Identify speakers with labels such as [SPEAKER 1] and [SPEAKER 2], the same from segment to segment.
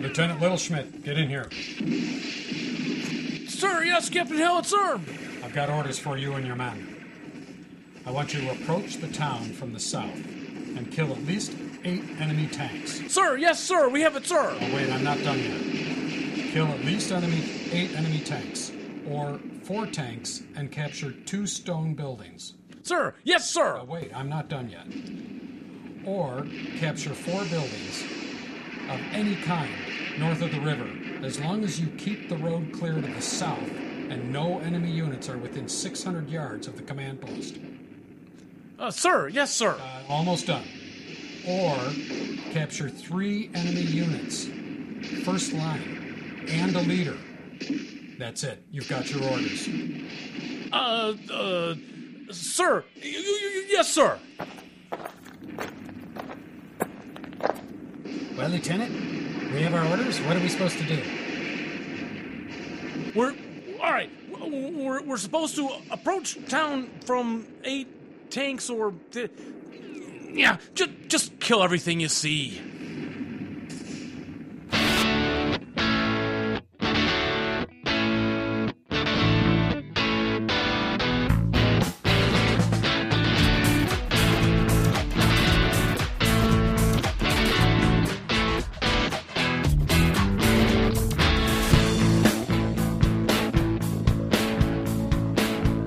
[SPEAKER 1] Lieutenant Little Schmidt, get in here.
[SPEAKER 2] Sir, yes, Captain Howitzer.
[SPEAKER 1] I've got orders for you and your men. I want you to approach the town from the south and kill at least eight enemy tanks.
[SPEAKER 2] Sir, yes, sir, we have it, sir.
[SPEAKER 1] Oh, wait, I'm not done yet. Kill at least enemy eight enemy tanks, or four tanks, and capture two stone buildings.
[SPEAKER 2] Sir, yes, sir.
[SPEAKER 1] Oh, wait, I'm not done yet. Or capture four buildings of any kind north of the river, as long as you keep the road clear to the south and no enemy units are within 600 yards of the command post.
[SPEAKER 2] Uh, sir, yes, sir.
[SPEAKER 1] Uh, almost done. Or capture three enemy units, first line, and a leader. That's it. You've got your orders.
[SPEAKER 2] Uh, uh, sir, y- y- y- yes, sir.
[SPEAKER 1] Well, Lieutenant, we have our orders. What are we supposed to do?
[SPEAKER 2] We're all right. We're, we're, we're supposed to approach town from eight tanks or. Th- yeah, just just kill everything you see.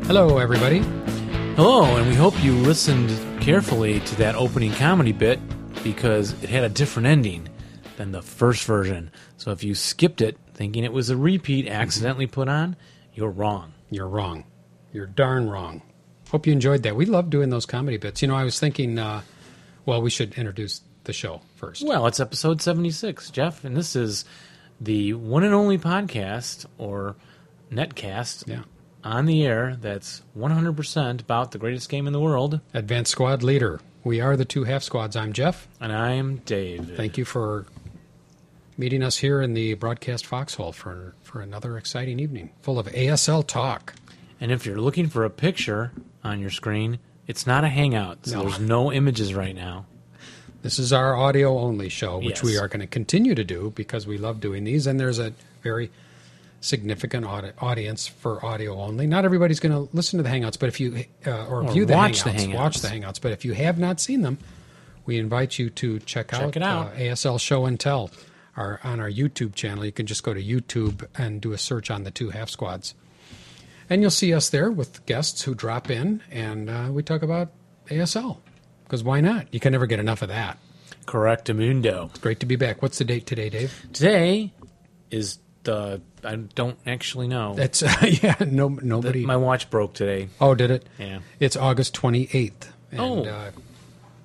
[SPEAKER 1] Hello, everybody.
[SPEAKER 3] Hello, and we hope you listened carefully to that opening comedy bit because it had a different ending than the first version. So if you skipped it thinking it was a repeat accidentally put on, you're wrong.
[SPEAKER 1] You're wrong. You're darn wrong. Hope you enjoyed that. We love doing those comedy bits. You know, I was thinking, uh, well, we should introduce the show first.
[SPEAKER 3] Well, it's episode 76, Jeff, and this is the one and only podcast or netcast
[SPEAKER 1] Yeah.
[SPEAKER 3] on the air that's 100% about the greatest game in the world,
[SPEAKER 1] Advanced Squad Leader. We are the two half squads. I'm Jeff.
[SPEAKER 3] and I'm Dave.
[SPEAKER 1] Thank you for meeting us here in the broadcast foxhole for, for another exciting evening full of ASL talk.
[SPEAKER 3] And if you're looking for a picture on your screen, it's not a hangout, so
[SPEAKER 1] No.
[SPEAKER 3] there's no images right now.
[SPEAKER 1] This is our audio only show, which we
[SPEAKER 3] Yes.
[SPEAKER 1] are going to continue to do because we love doing these, and there's a very significant audi- audience for audio only. Not everybody's going to listen to the Hangouts, but if you uh, or, view the hangouts,
[SPEAKER 3] watch the
[SPEAKER 1] watch
[SPEAKER 3] Hangouts.
[SPEAKER 1] the Hangouts. But if you have not seen them, we invite you to check, out,
[SPEAKER 3] it out.
[SPEAKER 1] Uh, ASL Show and Tell our, on our YouTube channel. You can just go to YouTube and do a search on the two half squads, and you'll see us there with guests who drop in, and uh, we talk about ASL because why not? You can never get enough of that.
[SPEAKER 3] Correct, Amundo.
[SPEAKER 1] Great to be back. What's the date today, Dave?
[SPEAKER 3] Today is the I don't actually know.
[SPEAKER 1] That's yeah. No, nobody.
[SPEAKER 3] My watch broke today.
[SPEAKER 1] oh, did it?
[SPEAKER 3] Yeah.
[SPEAKER 1] It's August twenty eighth.
[SPEAKER 3] Oh.
[SPEAKER 1] uh,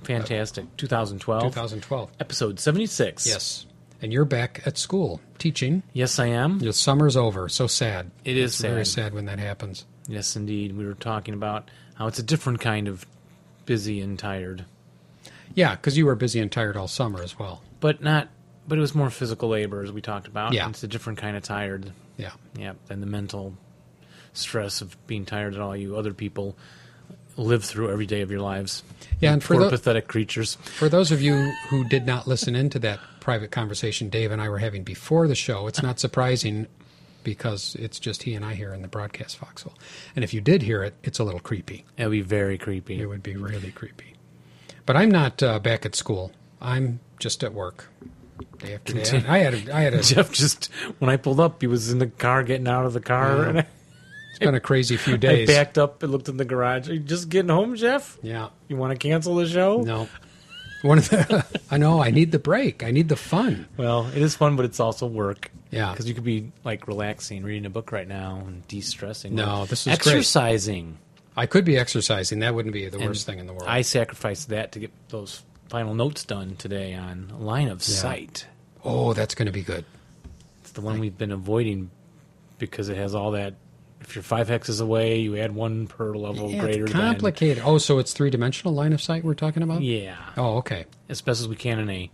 [SPEAKER 3] Fantastic. 2012.
[SPEAKER 1] two thousand twelve.
[SPEAKER 3] Episode 76.
[SPEAKER 1] Yes. And you're back at school teaching.
[SPEAKER 3] Yes, I am.
[SPEAKER 1] Your summer's over. So sad.
[SPEAKER 3] It is
[SPEAKER 1] It's Very
[SPEAKER 3] sad.
[SPEAKER 1] sad when that happens.
[SPEAKER 3] Yes, indeed. We were talking about how it's a different kind of busy and tired,
[SPEAKER 1] Yeah, because you were busy and tired all summer as well.
[SPEAKER 3] but not but it was more physical labor as we talked about.
[SPEAKER 1] Yeah.
[SPEAKER 3] It's a different kind of tired.
[SPEAKER 1] Yeah.
[SPEAKER 3] Yeah, and the mental stress of being tired that all you other people live through every day of your lives.
[SPEAKER 1] Yeah, and for
[SPEAKER 3] Poor
[SPEAKER 1] the,
[SPEAKER 3] pathetic creatures.
[SPEAKER 1] for those of you who did not listen into that private conversation Dave and I were having before the show, it's not surprising because it's just he and I here in the broadcast foxhole. And if you did hear it, it's a little creepy.
[SPEAKER 3] It would be very creepy.
[SPEAKER 1] It would be really creepy. But I'm not uh, back at school. I'm just at work. Day after day. I had a, I had a, it's
[SPEAKER 3] Jeff just when I pulled up, he was in the car getting out of the car,
[SPEAKER 1] Yeah.
[SPEAKER 3] and I,
[SPEAKER 1] been a crazy few
[SPEAKER 3] I
[SPEAKER 1] Oh, days.
[SPEAKER 3] backed up and looked in the garage. Are you just getting home, Jeff?
[SPEAKER 1] Yeah.
[SPEAKER 3] You want to cancel the show?
[SPEAKER 1] No. One of the I know I need the break. I need the fun.
[SPEAKER 3] Well, it is fun, but it's also work.
[SPEAKER 1] Yeah.
[SPEAKER 3] because you could be like relaxing, reading a book right now, and de-stressing.
[SPEAKER 1] No, this is great.
[SPEAKER 3] exercising.
[SPEAKER 1] I could be exercising. That wouldn't be the
[SPEAKER 3] And
[SPEAKER 1] worst thing in the world.
[SPEAKER 3] I sacrificed that to get those final notes done today on line of sight.
[SPEAKER 1] oh, that's going to be good.
[SPEAKER 3] It's the one we've been avoiding because it has all that. If you're five hexes away, you add one per level
[SPEAKER 1] Yeah,
[SPEAKER 3] Oh, greater
[SPEAKER 1] it's
[SPEAKER 3] than.
[SPEAKER 1] complicated. Oh, so it's three dimensional line of sight we're talking about?
[SPEAKER 3] Yeah,
[SPEAKER 1] Oh, okay.
[SPEAKER 3] as best as we can in a.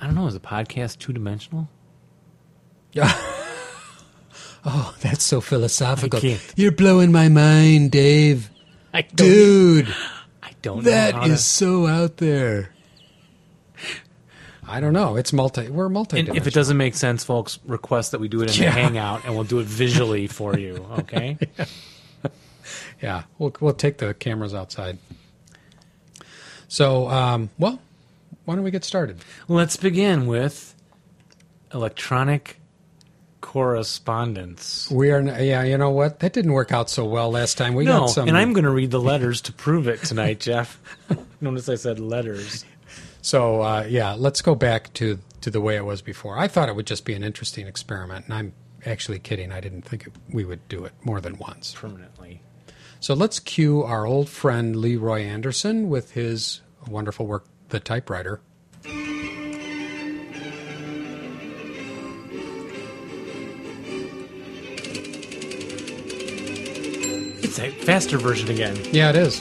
[SPEAKER 3] I don't know. Is a podcast two dimensional?
[SPEAKER 1] Oh, that's so philosophical.
[SPEAKER 3] I can't.
[SPEAKER 1] You're blowing my mind, Dave.
[SPEAKER 3] I don't. e-
[SPEAKER 1] Dude,
[SPEAKER 3] I don't. know
[SPEAKER 1] that
[SPEAKER 3] how to-
[SPEAKER 1] is so out there. I don't know. It's multi. We're multi.
[SPEAKER 3] And if it doesn't make sense, folks, request that we do it in
[SPEAKER 1] Yeah.
[SPEAKER 3] the Hangout, and we'll do it visually for you. Okay.
[SPEAKER 1] yeah, we'll we'll take the cameras outside. So, um, well, why don't we get started?
[SPEAKER 3] Let's begin with electronic correspondence.
[SPEAKER 1] We are. n- Yeah, you know what? That didn't work out so well last time. We
[SPEAKER 3] no,
[SPEAKER 1] got some.
[SPEAKER 3] and I'm going to read the letters to prove it tonight, Jeff. Notice I said letters.
[SPEAKER 1] So uh, yeah, let's go back to to the way it was before. I thought it would just be an interesting experiment, and I'm actually kidding. I didn't think it, we would do it more than once.
[SPEAKER 3] Permanently.
[SPEAKER 1] So let's cue our old friend Leroy Anderson with his wonderful work, The Typewriter.
[SPEAKER 3] It's a faster version again.
[SPEAKER 1] Yeah, it is.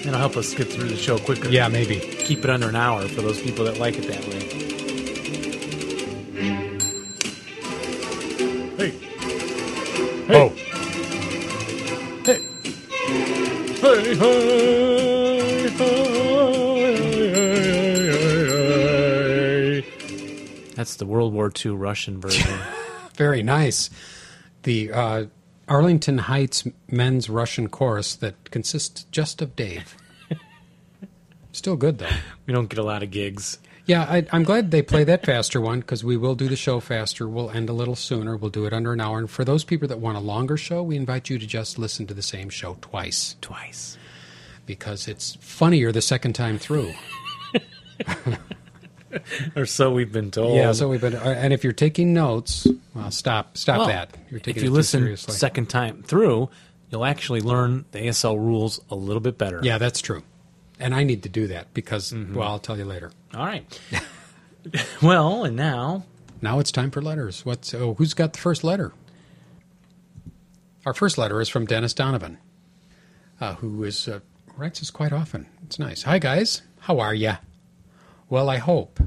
[SPEAKER 3] It'll help us get through the show quicker.
[SPEAKER 1] Yeah, maybe.
[SPEAKER 3] Keep it under an hour for those people that like it that way. Hey.
[SPEAKER 1] Oh,
[SPEAKER 3] Hey, hey, hey, hey, hey, hey, hey. That's the World War II Russian version.
[SPEAKER 1] very nice. The uh, Arlington Heights Men's Russian Chorus that consists just of Dave. Still good though.
[SPEAKER 3] we don't get a lot of gigs.
[SPEAKER 1] Yeah, I, I'm glad they play that faster one because we will do the show faster. We'll end a little sooner. We'll do it under an hour. And for those people that want a longer show, we invite you to just listen to the same show twice
[SPEAKER 3] Twice.
[SPEAKER 1] because it's funnier the second time through.
[SPEAKER 3] Or so we've been told.
[SPEAKER 1] Yeah, so we've been. uh, And if you're taking notes, well, stop, stop
[SPEAKER 3] Well,
[SPEAKER 1] that. You're taking
[SPEAKER 3] if
[SPEAKER 1] it
[SPEAKER 3] you
[SPEAKER 1] too
[SPEAKER 3] listen
[SPEAKER 1] seriously.
[SPEAKER 3] second time through, you'll actually learn the ASL rules a little bit better.
[SPEAKER 1] yeah, that's true. And I need to do that because,
[SPEAKER 3] Mm-hmm.
[SPEAKER 1] well, I'll tell you later.
[SPEAKER 3] All right. well, and now
[SPEAKER 1] Now it's time for letters. What's oh, who's got the first letter? Our first letter is from Dennis Donovan, uh, who is uh, writes us quite often. It's nice. Hi guys, how are ya? Well, I hope.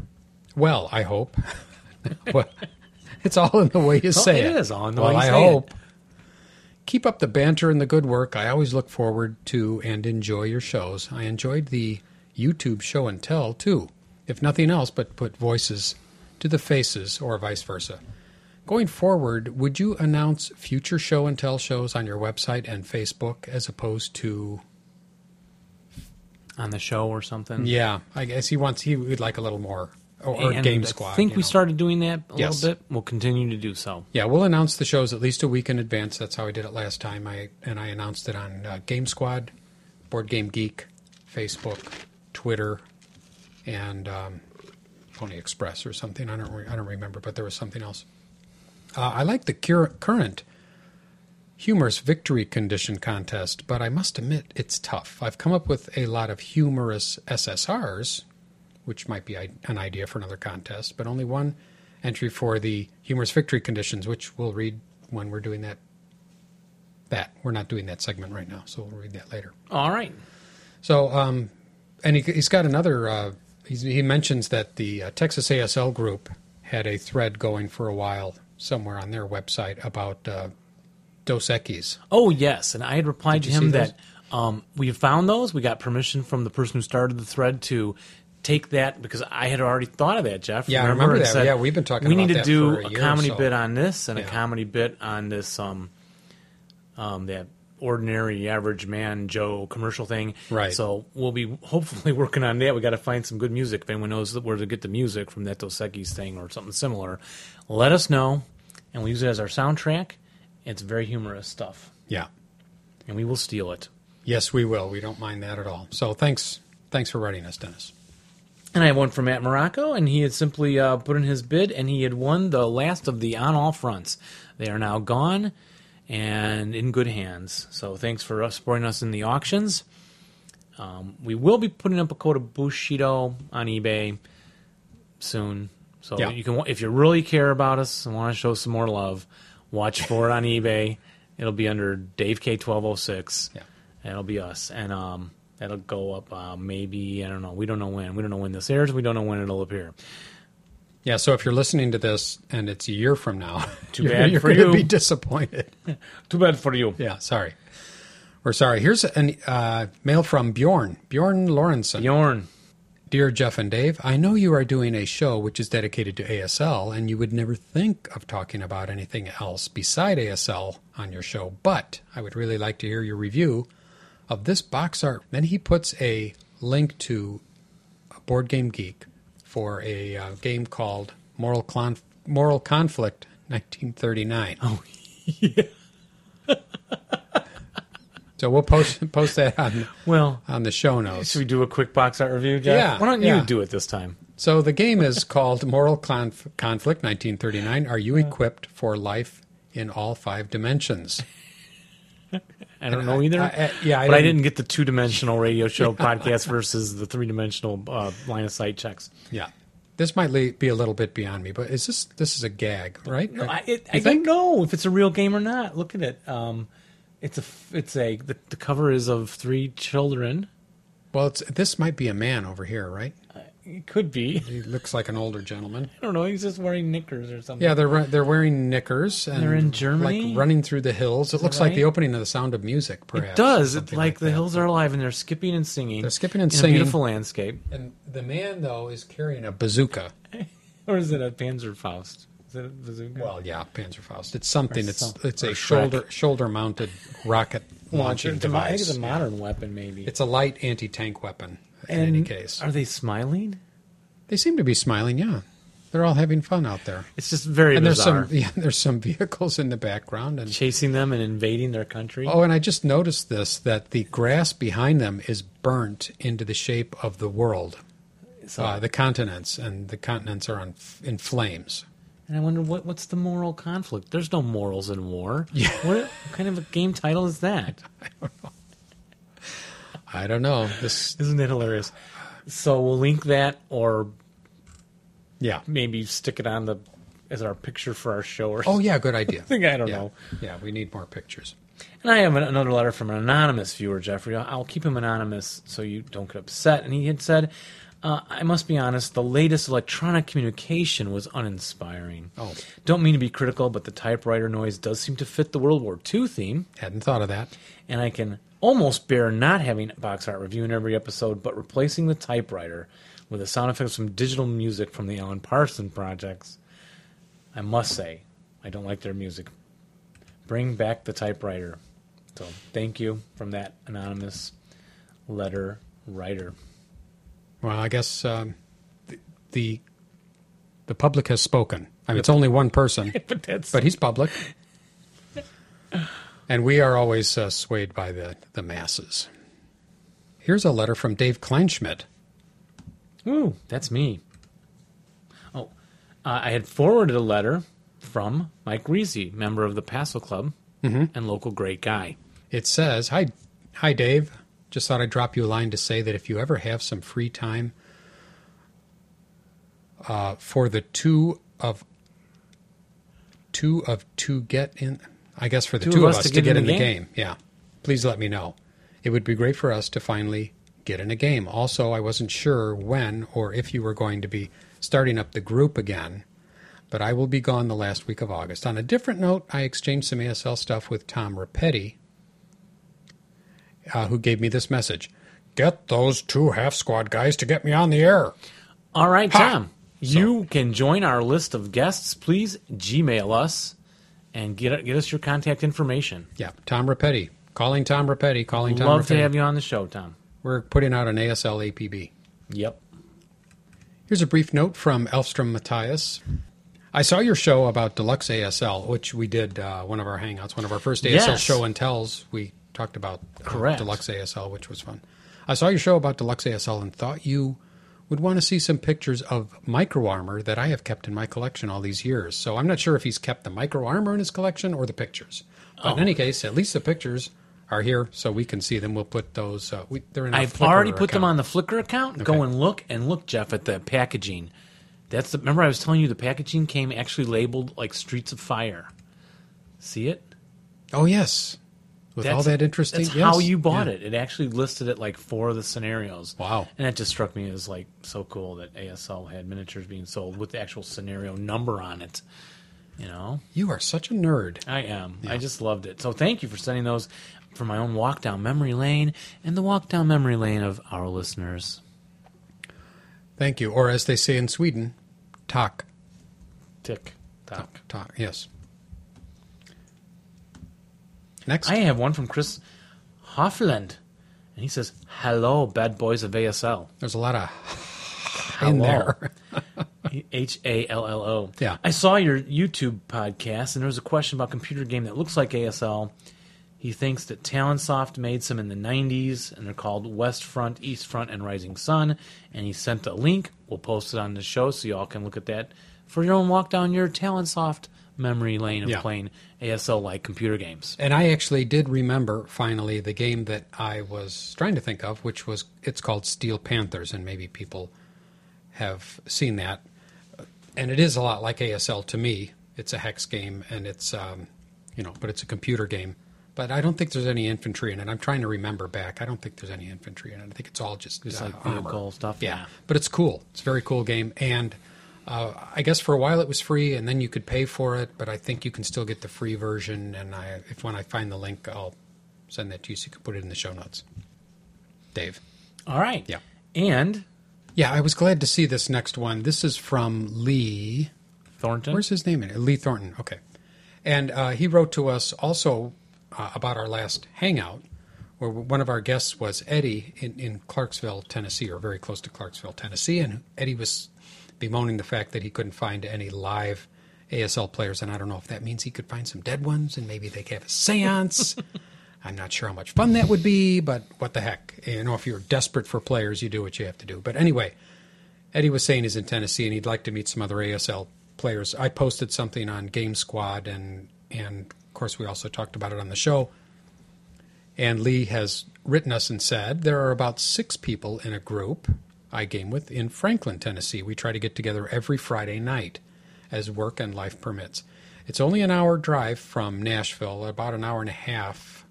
[SPEAKER 1] Well, I hope. well, it's all in the way you say
[SPEAKER 3] it
[SPEAKER 1] it.
[SPEAKER 3] is all in the
[SPEAKER 1] well,
[SPEAKER 3] way you
[SPEAKER 1] I
[SPEAKER 3] say it.
[SPEAKER 1] hope. Keep up the banter and the good work. I always look forward to and enjoy your shows. I enjoyed the YouTube show and tell too, if nothing else, but put voices to the faces or vice versa. Going forward, would you announce future show and tell shows on your website and Facebook as opposed to?
[SPEAKER 3] on the show or something.
[SPEAKER 1] Yeah, I guess he wants he would like a little more or, or
[SPEAKER 3] And
[SPEAKER 1] Game Squad.
[SPEAKER 3] I think
[SPEAKER 1] you
[SPEAKER 3] we
[SPEAKER 1] know.
[SPEAKER 3] started doing that a
[SPEAKER 1] Yes.
[SPEAKER 3] little bit. We'll continue to do so.
[SPEAKER 1] Yeah, we'll announce the shows at least a week in advance. That's how I did it last time. I and I announced it on uh, Game Squad, Board Game Geek, Facebook, Twitter, and um, Pony Express or something. I don't re- I don't remember, but there was something else. Uh, I like the cur- current humorous victory condition contest, but I must admit it's tough. I've come up with a lot of humorous SSRs, which might be i- an idea for another contest, but only one entry for the humorous victory conditions, which we'll read when we're doing that. That we're not doing that segment right now, so we'll read that later.
[SPEAKER 3] All right.
[SPEAKER 1] So, um, and he, he's got another. Uh, he's, he mentions that the uh, Texas ASL group had a thread going for a while somewhere on their website about uh, Dos Equis.
[SPEAKER 3] Oh yes, and I had replied to
[SPEAKER 1] you see
[SPEAKER 3] him
[SPEAKER 1] those?
[SPEAKER 3] that um, we found those. We got permission from the person who started the thread to take that because I had already thought of that, Jeff.
[SPEAKER 1] Yeah, I remember
[SPEAKER 3] and
[SPEAKER 1] that. Yeah, we've been talking
[SPEAKER 3] We
[SPEAKER 1] about
[SPEAKER 3] need to
[SPEAKER 1] that
[SPEAKER 3] do
[SPEAKER 1] for a year or
[SPEAKER 3] comedy
[SPEAKER 1] so."
[SPEAKER 3] bit on this and
[SPEAKER 1] Yeah.
[SPEAKER 3] a comedy bit on this um, um, that ordinary average man Joe commercial thing.
[SPEAKER 1] Right.
[SPEAKER 3] So we'll be hopefully working on that. We got to find some good music. If anyone knows where to get the music from that Dos Equis thing or something similar, let us know, and we'll use it as our soundtrack. It's very humorous stuff
[SPEAKER 1] Yeah.
[SPEAKER 3] and we will steal it.
[SPEAKER 1] Yes, we will. We don't mind that at all. So thanks, thanks for writing us, Dennis.
[SPEAKER 3] And I have one from Matt Morocco, and he had simply uh, put in his bid, and he had won the last of the on all fronts. They are now gone and in good hands. So thanks for uh, supporting us in the auctions. Um, we will be putting up a code of Bushido on eBay soon. So
[SPEAKER 1] Yeah.
[SPEAKER 3] you can, if you really care about us and want to show some more love, watch for it on eBay. It'll be under Dave K twelve oh six.
[SPEAKER 1] Yeah.
[SPEAKER 3] That'll be us, and um, that'll go up uh, maybe I don't know. We don't know when. We don't know when this airs. We don't know when it'll appear.
[SPEAKER 1] Yeah. So if you're listening to this and it's a year from now,
[SPEAKER 3] Too
[SPEAKER 1] you're,
[SPEAKER 3] bad
[SPEAKER 1] you're
[SPEAKER 3] for
[SPEAKER 1] gonna
[SPEAKER 3] you.
[SPEAKER 1] be disappointed.
[SPEAKER 3] Too bad for you.
[SPEAKER 1] Yeah. Sorry. We're sorry. Here's a uh, mail from Bjorn Bjorn Lorenzen.
[SPEAKER 3] Bjorn,
[SPEAKER 1] Dear Jeff and Dave, I know you are doing a show which is dedicated to ASL, and you would never think of talking about anything else beside ASL on your show, but I would really like to hear your review of this box art. Then he puts a link to Board Game Geek for a uh, game called Moral, Conf- Moral Conflict 1939. Oh, yeah. so we'll post post that on,
[SPEAKER 3] Well,
[SPEAKER 1] on the show notes.
[SPEAKER 3] should we do a quick box art review, Jeff?
[SPEAKER 1] Yeah,
[SPEAKER 3] Why don't
[SPEAKER 1] yeah.
[SPEAKER 3] you do it this time?
[SPEAKER 1] So the game is called Moral Conf- Conflict 1939. Are you equipped for life in all five dimensions?
[SPEAKER 3] I don't know either.
[SPEAKER 1] I- I- yeah, I
[SPEAKER 3] but I
[SPEAKER 1] didn't-
[SPEAKER 3] didn't get the two dimensional radio show podcast versus the three dimensional uh, line of sight checks.
[SPEAKER 1] Yeah. This might le- be a little bit beyond me, but is this this is a gag, right?
[SPEAKER 3] No, I,
[SPEAKER 1] You
[SPEAKER 3] it, I don't
[SPEAKER 1] think?
[SPEAKER 3] know if it's a real game or not. Look at it. Um, it's a f- it's a the, the cover is of three children.
[SPEAKER 1] Well, it's, this might be a man over here, right?
[SPEAKER 3] It could be.
[SPEAKER 1] He looks like an older gentleman.
[SPEAKER 3] I don't know. He's just wearing knickers or something.
[SPEAKER 1] Yeah, they're re- they're wearing knickers and
[SPEAKER 3] They're in Germany?
[SPEAKER 1] like running through the hills. It looks like
[SPEAKER 3] right?
[SPEAKER 1] the opening of The Sound of Music, perhaps.
[SPEAKER 3] it does. It,
[SPEAKER 1] something
[SPEAKER 3] like, the
[SPEAKER 1] that.
[SPEAKER 3] hills are alive, and they're skipping and singing.
[SPEAKER 1] They're skipping and
[SPEAKER 3] in
[SPEAKER 1] singing.
[SPEAKER 3] A beautiful landscape.
[SPEAKER 1] And the man though is carrying a bazooka.
[SPEAKER 3] Or is it a Panzerfaust? Is it a bazooka?
[SPEAKER 1] Well, yeah, Panzerfaust. It's something.
[SPEAKER 3] Or
[SPEAKER 1] It's
[SPEAKER 3] some-
[SPEAKER 1] it's
[SPEAKER 3] or
[SPEAKER 1] a
[SPEAKER 3] Shrek.
[SPEAKER 1] shoulder shoulder mounted rocket launching
[SPEAKER 3] it's a, mo- I think
[SPEAKER 1] device.
[SPEAKER 3] it's a modern weapon, maybe.
[SPEAKER 1] It's a light anti tank weapon. In
[SPEAKER 3] And
[SPEAKER 1] any case,
[SPEAKER 3] are they smiling?
[SPEAKER 1] they seem to be smiling. Yeah, they're all having fun out there.
[SPEAKER 3] It's just very
[SPEAKER 1] And there's
[SPEAKER 3] bizarre.
[SPEAKER 1] some yeah, there's some vehicles in the background and.
[SPEAKER 3] Chasing them and invading their country.
[SPEAKER 1] Oh, and I just noticed this that the grass behind them is burnt into the shape of the world,
[SPEAKER 3] So-
[SPEAKER 1] uh, the continents, and the continents are on, in flames.
[SPEAKER 3] And I wonder what what's the moral conflict? There's no morals in war. What, what kind of a game title is that?
[SPEAKER 1] I don't know. This,
[SPEAKER 3] Isn't that hilarious? So we'll link that, or
[SPEAKER 1] yeah.
[SPEAKER 3] maybe stick it on the as our picture for our show or
[SPEAKER 1] Oh, yeah. Good idea.
[SPEAKER 3] something. I don't
[SPEAKER 1] yeah.
[SPEAKER 3] know.
[SPEAKER 1] Yeah, we need more pictures.
[SPEAKER 3] And I have an- another letter from an anonymous viewer, Jeffrey. I'll- I'll keep him anonymous so you don't get upset. And he had said, uh, I must be honest, the latest electronic communication was uninspiring.
[SPEAKER 1] Oh.
[SPEAKER 3] Don't mean to be critical, but the typewriter noise does seem to fit the World War II theme.
[SPEAKER 1] Hadn't thought of that.
[SPEAKER 3] and I can almost bear not having box art review in every episode, but replacing the typewriter with the sound effects from digital music from the Alan Parsons projects. I must say, I don't like their music. Bring back the typewriter. So thank you from that anonymous letter writer.
[SPEAKER 1] Well, I guess um, the, the the public has spoken. I mean, it's only one person,
[SPEAKER 3] But that's
[SPEAKER 1] but he's public, and we are always uh, swayed by the the masses. Here's a letter from Dave Kleinschmidt.
[SPEAKER 3] Ooh, that's me. Oh, uh, I had forwarded a letter from Mike Reese, member of the Passel Club and local great guy.
[SPEAKER 1] It says, "Hi, hi, Dave. Just thought I'd drop you a line to say that if you ever have some free time uh, for the two of two of two get in, I guess for the two, of us, to get, in the game. Yeah, please let me know. It would be great for us to finally get in a game. Also, I wasn't sure when or if you were going to be starting up the group again." but I will be gone the last week of August. On a different note, I exchanged some ASL stuff with Tom Rapetti, uh, who gave me this message Get those two half squad guys to get me on the air.
[SPEAKER 3] All right, Tom. You can join our list of guests. Please Gmail us and get get us your contact information.
[SPEAKER 1] Yeah, Tom Rapetti. Calling Tom Rapetti. Calling Tom
[SPEAKER 3] Love
[SPEAKER 1] Rapetti.
[SPEAKER 3] to have you on the show, Tom.
[SPEAKER 1] We're putting out an ASL APB.
[SPEAKER 3] Yep.
[SPEAKER 1] Here's a brief note from Elfstrom Matthias. I saw your show about deluxe ASL, which we did uh, one of our hangouts, one of our first ASL
[SPEAKER 3] Yes.
[SPEAKER 1] show and tells. We talked about uh,
[SPEAKER 3] Correct.
[SPEAKER 1] deluxe ASL, which was fun. I saw your show about deluxe ASL and thought you would want to see some pictures of micro armor that I have kept in my collection all these years. So I'm not sure if he's kept the micro armor in his collection or the pictures. But
[SPEAKER 3] Oh.
[SPEAKER 1] in any case, at least the pictures are here, so we can see them. We'll put those. Uh, we, they're in. our
[SPEAKER 3] I've
[SPEAKER 1] Flickr
[SPEAKER 3] already put
[SPEAKER 1] account.
[SPEAKER 3] them on the Flickr account. Go and look and look, Jeff, at the packaging. That's the remember I was telling you the packaging came actually labeled like Streets of Fire. See it?
[SPEAKER 1] Oh yes, with all
[SPEAKER 3] That's-
[SPEAKER 1] that interesting.
[SPEAKER 3] That's how
[SPEAKER 1] yes,
[SPEAKER 3] you bought
[SPEAKER 1] yeah.
[SPEAKER 3] it. It actually listed it like four of the scenarios.
[SPEAKER 1] Wow.
[SPEAKER 3] And that just struck me as like so cool that ASL had miniatures being sold with the actual scenario number on it. You know,
[SPEAKER 1] You are such a nerd.
[SPEAKER 3] I am. I just loved it. So thank you for sending those for my own walk down memory lane and the walk down memory lane of our listeners.
[SPEAKER 1] Thank you. Or as they say in Sweden, tack.
[SPEAKER 3] Tick tock.
[SPEAKER 1] Tack, yes. Next.
[SPEAKER 3] I have one from Chris Hoffland, and he says, "Hello, bad boys of ASL."
[SPEAKER 1] There's a lot of in there.
[SPEAKER 3] H A L L O.
[SPEAKER 1] Yeah.
[SPEAKER 3] I saw your YouTube podcast, and there was a question about computer game that looks like ASL. He thinks that Talonsoft made some in the 90s, and they're called West Front, East Front, and Rising Sun. And he sent a link. We'll post it on the show so y'all can look at that for your own walk down your Talonsoft memory lane of
[SPEAKER 1] Yeah.
[SPEAKER 3] playing ASL like computer games.
[SPEAKER 1] And I actually did remember finally the game that I was trying to think of, which was it's called Steel Panthers, and maybe people have seen that. And it is a lot like ASL to me. It's a hex game, and it's um, you know, but it's a computer game. But I don't think there's any infantry in it. I'm trying to remember back. I don't think there's any infantry in it. I think it's all just,
[SPEAKER 3] Just
[SPEAKER 1] uh,
[SPEAKER 3] like
[SPEAKER 1] armor.
[SPEAKER 3] vehicle stuff.
[SPEAKER 1] Yeah, but it's cool. It's a very cool game, and uh, I guess for a while it was free, and then you could pay for it. But I think you can still get the free version. And I, if when I find the link, I'll send that to you so you can put it in the show notes. Dave.
[SPEAKER 3] All right.
[SPEAKER 1] Yeah.
[SPEAKER 3] And
[SPEAKER 1] Yeah, I was glad to see this next one. This is from Lee.
[SPEAKER 3] Thornton.
[SPEAKER 1] Where's his name in it? Lee Thornton. Okay. And uh, he wrote to us also uh, about our last hangout, where one of our guests was Eddie in, in Clarksville, Tennessee, or very close to Clarksville, Tennessee. And Eddie was bemoaning the fact that he couldn't find any live ASL players. And I don't know if that means he could find some dead ones and maybe they could have a seance. I'm not sure how much fun that would be, but what the heck? You know, if you're desperate for players, you do what you have to do. But anyway, Eddie was saying he's in Tennessee and he'd like to meet some other ASL players. I posted something on Game Squad and and of course we also talked about it on the show. And Lee has written us and said there are about six people in a group I game with in Franklin, Tennessee. We try to get together every Friday night as work and life permits. It's only an hour drive from Nashville, about an hour and a half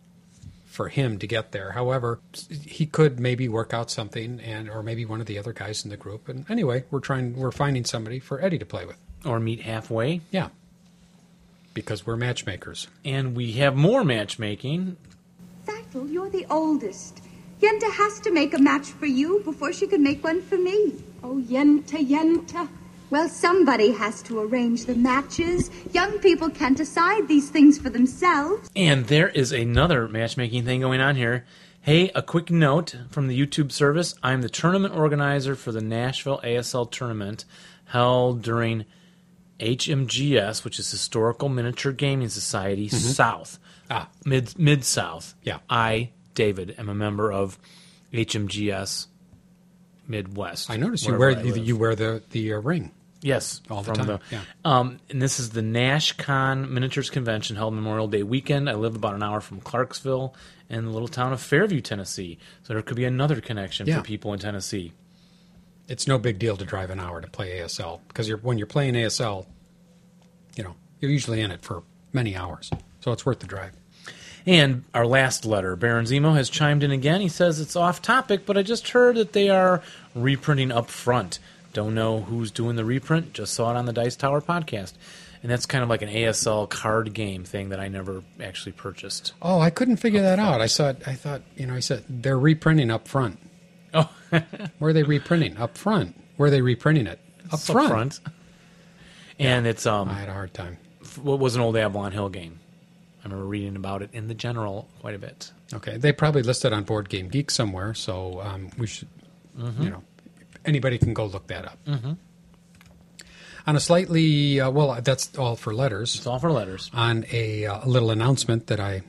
[SPEAKER 1] for him to get there. However, he could maybe work out something, and or maybe one of the other guys in the group. And anyway, we're trying, we're finding somebody for Eddie to play with.
[SPEAKER 3] Or meet halfway.
[SPEAKER 1] Yeah, because we're matchmakers.
[SPEAKER 3] And we have more matchmaking.
[SPEAKER 4] Sackville, you're the oldest. Yenta has to make a match for you before she can make one for me.
[SPEAKER 5] Oh, Yenta, Yenta.
[SPEAKER 4] Well, somebody has to arrange the matches. Young people can't decide these things for themselves.
[SPEAKER 3] And there is another matchmaking thing going on here. Hey, a quick note from the YouTube service. I'm the tournament organizer for the Nashville ASL tournament held during HMGS, which is Historical Miniature Gaming Society South.
[SPEAKER 1] Ah.
[SPEAKER 3] Mid Mid South.
[SPEAKER 1] Mm-hmm. Yeah.
[SPEAKER 3] I, David, am a member of HMGS Midwest.
[SPEAKER 1] I noticed you
[SPEAKER 3] wherever
[SPEAKER 1] wear
[SPEAKER 3] I
[SPEAKER 1] you,
[SPEAKER 3] live.
[SPEAKER 1] you wear the the uh, ring.
[SPEAKER 3] Yes,
[SPEAKER 1] All the time, yeah.
[SPEAKER 3] um, and this is the Nash Con Miniatures Convention held Memorial Day weekend. I live about an hour from Clarksville in the little town of Fairview, Tennessee. So there could be another connection
[SPEAKER 1] Yeah.
[SPEAKER 3] for people in Tennessee.
[SPEAKER 1] It's no big deal to drive an hour to play ASL because you're when you're playing ASL, you know you're usually in it for many hours, so it's worth the drive.
[SPEAKER 3] And our last letter, Baron Zemo has chimed in again. He says it's off topic, but I just heard that they are reprinting up front. Don't know who's doing the reprint, just saw it on the Dice Tower podcast. And that's kind of like an ASL card game thing that I never actually purchased.
[SPEAKER 1] Oh, I couldn't figure that out. I saw. it- I thought you know. I said they're reprinting up front.
[SPEAKER 3] Oh,
[SPEAKER 1] Where are they reprinting up front? Where are they reprinting it up
[SPEAKER 3] it's up
[SPEAKER 1] front?
[SPEAKER 3] front. And it's um
[SPEAKER 1] I had a hard time.
[SPEAKER 3] what was an old Avalon Hill game. I remember reading about it in the general quite a bit.
[SPEAKER 1] Okay, they probably listed on Board Game Geek somewhere, so um, we should,
[SPEAKER 3] Mm-hmm.
[SPEAKER 1] you know, anybody can go look that up. On a slightly uh, well, that's all for letters.
[SPEAKER 3] It's all for letters.
[SPEAKER 1] On a, uh, a little announcement that I,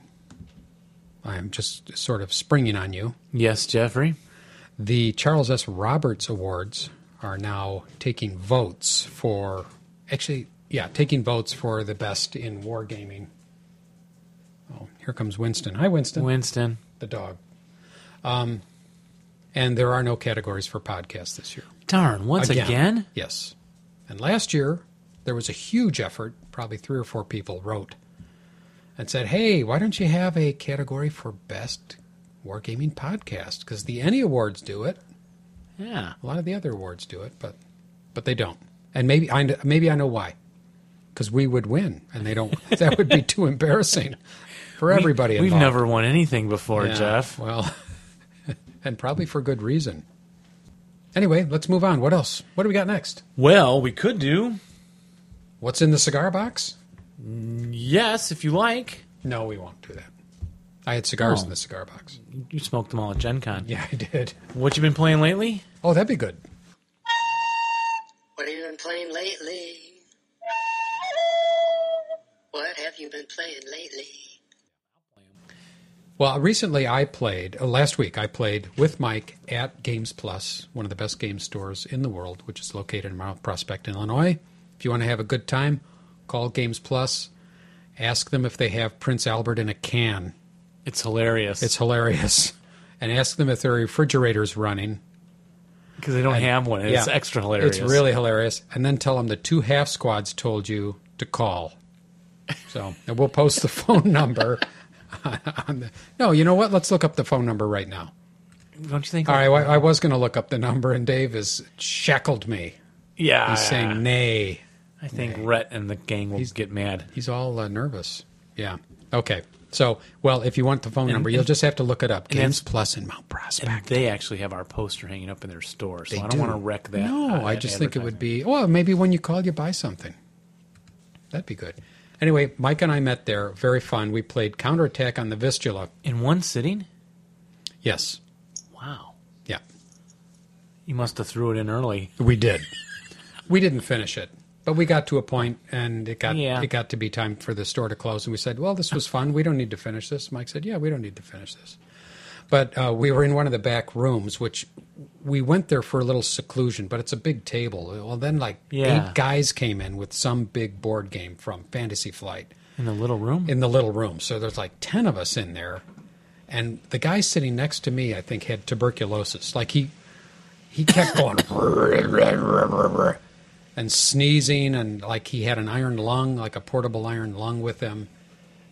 [SPEAKER 1] I'm just sort of springing on you.
[SPEAKER 3] Yes, Jeffrey.
[SPEAKER 1] The Charles S. Roberts Awards are now taking votes for, actually, yeah, taking votes for the best in wargaming. Oh, here comes Winston. Hi, Winston.
[SPEAKER 3] Winston.
[SPEAKER 1] the dog. Um, and there are no categories for podcasts this year.
[SPEAKER 3] Darn, once again?
[SPEAKER 1] Yes. And last year, there was a huge effort. Probably three or four people wrote and said, hey, why don't you have a category for best wargaming podcast? Because the Any Awards do it.
[SPEAKER 3] Yeah.
[SPEAKER 1] A lot of the other awards do it, but but they don't. And maybe I kn- maybe I know why. Because we would win, and they don't. that would be too embarrassing for everybody.
[SPEAKER 3] We've
[SPEAKER 1] involved.
[SPEAKER 3] never won anything before,
[SPEAKER 1] Yeah,
[SPEAKER 3] Jeff.
[SPEAKER 1] Well, and probably for good reason. Anyway, let's move on. What else? What do we got next?
[SPEAKER 3] Well, we could do.
[SPEAKER 1] What's in the cigar box?
[SPEAKER 3] Yes, if you like.
[SPEAKER 1] No, we won't do that. I had
[SPEAKER 3] Oh.
[SPEAKER 1] cigars in the cigar box.
[SPEAKER 3] You smoked them all at Gen Con.
[SPEAKER 1] Yeah, I did.
[SPEAKER 3] What you been playing lately?
[SPEAKER 1] Oh, that'd be good.
[SPEAKER 6] What have you been playing lately? What have you been playing lately?
[SPEAKER 1] Well, recently I played, uh, last week I played with Mike at Games Plus, one of the best game stores in the world, which is located in Mount Prospect, Illinois. If you want to have a good time, call Games Plus. Ask them if they have Prince Albert in a can.
[SPEAKER 3] It's hilarious.
[SPEAKER 1] It's hilarious. And ask them if their refrigerator's running.
[SPEAKER 3] because they don't have one. and It's
[SPEAKER 1] Yeah.
[SPEAKER 3] extra hilarious.
[SPEAKER 1] It's really hilarious. And then tell them the two half squads told you to call. So, and we'll post the phone number. on the, no, you know what? Let's look up the phone number right now.
[SPEAKER 3] Don't you think?
[SPEAKER 1] All right, well, I was going to look up the number, and Dave has shackled me.
[SPEAKER 3] Yeah.
[SPEAKER 1] He's saying nay.
[SPEAKER 3] I think Rhett and the gang will get mad.
[SPEAKER 1] He's all uh, nervous. Yeah. Okay. So, well, if you want the phone number, you'll just have to look it up. Games
[SPEAKER 3] that's-
[SPEAKER 1] Plus in Mount Prospect.
[SPEAKER 3] And they actually have our poster hanging up in their store, so I don't
[SPEAKER 1] do.
[SPEAKER 3] want to wreck that.
[SPEAKER 1] No,
[SPEAKER 3] uh,
[SPEAKER 1] I
[SPEAKER 3] that
[SPEAKER 1] just think it would
[SPEAKER 3] advertisement.
[SPEAKER 1] be. Well, maybe when you call, you buy something. That'd be good. Anyway, Mike and I met there. Very fun. We played counterattack on the Vistula.
[SPEAKER 3] in one sitting.
[SPEAKER 1] Yes.
[SPEAKER 3] Wow,
[SPEAKER 1] Yeah.
[SPEAKER 3] you must have threw it in early.
[SPEAKER 1] We did. we didn't finish it, but we got to a point, and it got
[SPEAKER 3] Yeah.
[SPEAKER 1] it got to be time for the store to close. And we said, "Well, this was fun. We don't need to finish this." Mike said, "Yeah, we don't need to finish this." But uh, we were in one of the back rooms, which we went there for a little seclusion. But it's a big table. Well, then like
[SPEAKER 3] Yeah.
[SPEAKER 1] eight guys came in with some big board game from Fantasy Flight
[SPEAKER 3] In the little room?
[SPEAKER 1] in the little room. So there's like 10 of us in there. And the guy sitting next to me, I think, had tuberculosis. Like he he kept going and sneezing and like he had an iron lung, like a portable iron lung with him.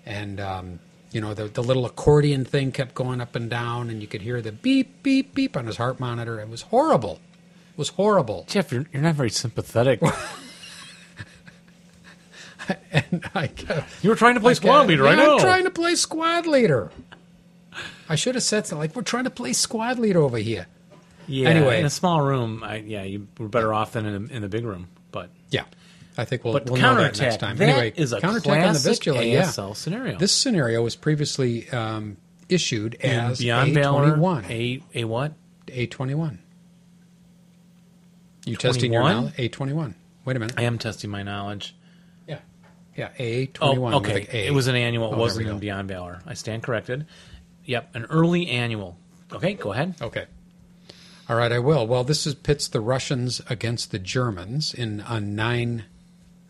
[SPEAKER 1] And um, you know, the the little accordion thing kept going up and down and you could hear the beep beep beep on his heart monitor. It was horrible. It was horrible.
[SPEAKER 3] Jeff, you're, you're not very sympathetic.
[SPEAKER 1] And I kept
[SPEAKER 3] you were trying to play
[SPEAKER 1] Yeah,
[SPEAKER 3] squad leader, I
[SPEAKER 1] uh, yeah,
[SPEAKER 3] know.
[SPEAKER 1] I'm trying to play squad leader. I should have said something like, "We're trying to play squad leader over here."
[SPEAKER 3] yeah,
[SPEAKER 1] Anyway.
[SPEAKER 3] in a small room, I, yeah, you were better off than in, in the big room. But
[SPEAKER 1] Yeah, I think we'll,
[SPEAKER 3] but
[SPEAKER 1] we'll know that
[SPEAKER 3] counterattack
[SPEAKER 1] next time.
[SPEAKER 3] that
[SPEAKER 1] anyway,
[SPEAKER 3] is a
[SPEAKER 1] counterattack on the
[SPEAKER 3] classic
[SPEAKER 1] Vistula.
[SPEAKER 3] ASL
[SPEAKER 1] yeah,
[SPEAKER 3] scenario.
[SPEAKER 1] this scenario was previously um, issued
[SPEAKER 3] And
[SPEAKER 1] as
[SPEAKER 3] Beyond
[SPEAKER 1] a
[SPEAKER 3] Valor,
[SPEAKER 1] twenty-one.
[SPEAKER 3] a a what?
[SPEAKER 1] A twenty-one. You testing your
[SPEAKER 3] 21?
[SPEAKER 1] knowledge? A twenty-one. Wait a minute.
[SPEAKER 3] I am testing my knowledge.
[SPEAKER 1] Yeah, yeah. A
[SPEAKER 3] Oh,
[SPEAKER 1] twenty-one. with
[SPEAKER 3] okay.
[SPEAKER 1] a A.
[SPEAKER 3] It was an annual. It
[SPEAKER 1] Oh, there
[SPEAKER 3] wasn't
[SPEAKER 1] we
[SPEAKER 3] in
[SPEAKER 1] go.
[SPEAKER 3] Beyond Valor. I stand corrected. Yep, an early annual. Okay, go ahead.
[SPEAKER 1] Okay. All right, I will. Well, this is pits the Russians against the Germans in a nine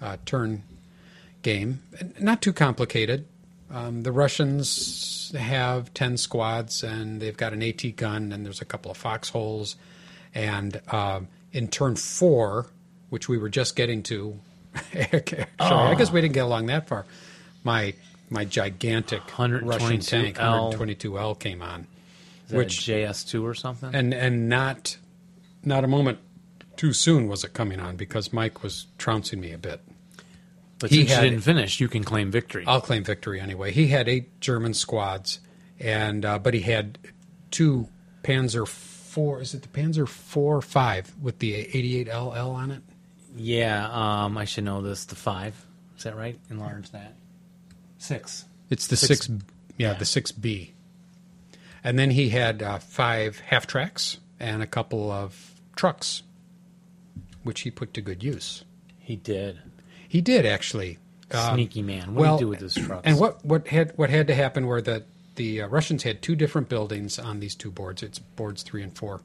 [SPEAKER 1] uh, turn game. Not too complicated. Um, the Russians have 10 squads and they've got an AT gun and there's a couple of foxholes. And um, in turn four, which we were just getting to, actually, I guess we didn't get along that far. My my gigantic Russian tank
[SPEAKER 3] 122L.
[SPEAKER 1] 122L came on
[SPEAKER 3] Is that a
[SPEAKER 1] Which-
[SPEAKER 3] JS2 or something?
[SPEAKER 1] and and not not a moment too soon was it coming on because Mike was trouncing me a bit.
[SPEAKER 3] But
[SPEAKER 1] He
[SPEAKER 3] since
[SPEAKER 1] had-
[SPEAKER 3] you didn't finish, you can claim victory.
[SPEAKER 1] I'll claim victory anyway. He had eight German squads, and uh, but he had two Panzer four. Is it the Panzer four five with the eighty eight LL on it?
[SPEAKER 3] yeah, um, I should know this. The five. Is that right? Enlarge that. Six.
[SPEAKER 1] It's the six.
[SPEAKER 3] Six-
[SPEAKER 1] yeah, the six B. And then he had uh, five half tracks and a couple of trucks, which he put to good use.
[SPEAKER 3] He did.
[SPEAKER 1] He did actually. um,
[SPEAKER 3] Sneaky man. What
[SPEAKER 1] well,
[SPEAKER 3] do you do with this truck?
[SPEAKER 1] And what, what had what had to happen were that the uh, Russians had two different buildings on these two boards. It's boards three and four,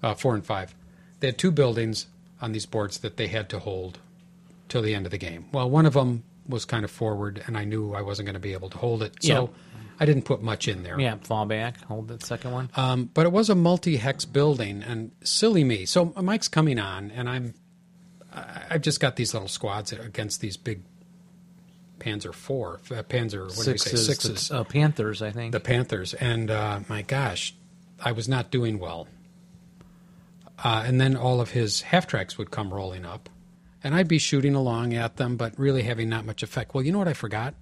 [SPEAKER 1] uh, four and five. They had two buildings on these boards that they had to hold till the end of the game. Well, one of them was kind of forward, and I knew I wasn't going to be able to hold it, so
[SPEAKER 3] Yeah.
[SPEAKER 1] I didn't put much in there.
[SPEAKER 3] Yeah, fall back. Hold that second one.
[SPEAKER 1] Um, but it was a multi-hex building, and silly me. So uh, Mike's coming on, and I'm, I- I've just got these little squads against these big Panzer four, uh, Panzer what do we say
[SPEAKER 3] Sixes.
[SPEAKER 1] sixes,
[SPEAKER 3] The, uh, Panthers, I think.
[SPEAKER 1] the Panthers, and uh, my gosh, I was not doing well. Uh, and then all of his half tracks would come rolling up, and I'd be shooting along at them, but really having not much effect. Well, you know what I forgot?
[SPEAKER 3] Ah.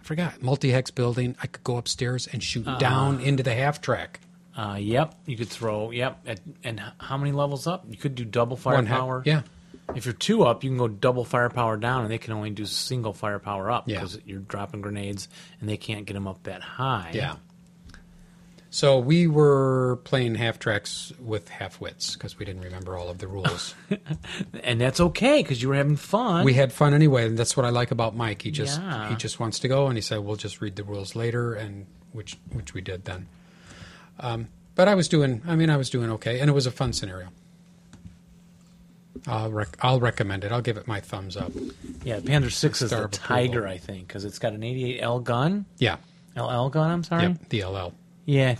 [SPEAKER 1] I forgot multi hex building. I could go upstairs and shoot down into the half track.
[SPEAKER 3] Uh, yep, you could throw. Yep, and, and h- how many levels up? You could do double
[SPEAKER 1] One ha-
[SPEAKER 3] firepower.
[SPEAKER 1] yeah.
[SPEAKER 3] If you're two up, you can go double firepower down, and they can only do single firepower up
[SPEAKER 1] Yeah.
[SPEAKER 3] because you're dropping grenades, and they can't get them up that high.
[SPEAKER 1] Yeah. So we were playing half tracks with half wits because we didn't remember all of the rules.
[SPEAKER 3] and that's okay because you were having fun.
[SPEAKER 1] we had fun anyway, and that's what I like about Mike. He just
[SPEAKER 3] Yeah.
[SPEAKER 1] he just wants to go, and he said we'll just read the rules later, and which which we did then. Um, but I was doing, I mean, I was doing okay, and it was a fun scenario. I'll rec- I'll recommend it. I'll give it my thumbs up.
[SPEAKER 3] yeah, Panzer Six is
[SPEAKER 1] Star
[SPEAKER 3] the
[SPEAKER 1] of approval.
[SPEAKER 3] Tiger, I think, because it's got an 88L gun,
[SPEAKER 1] Yeah,
[SPEAKER 3] LL gun. I'm sorry.
[SPEAKER 1] yep, the LL,
[SPEAKER 3] Yeah, I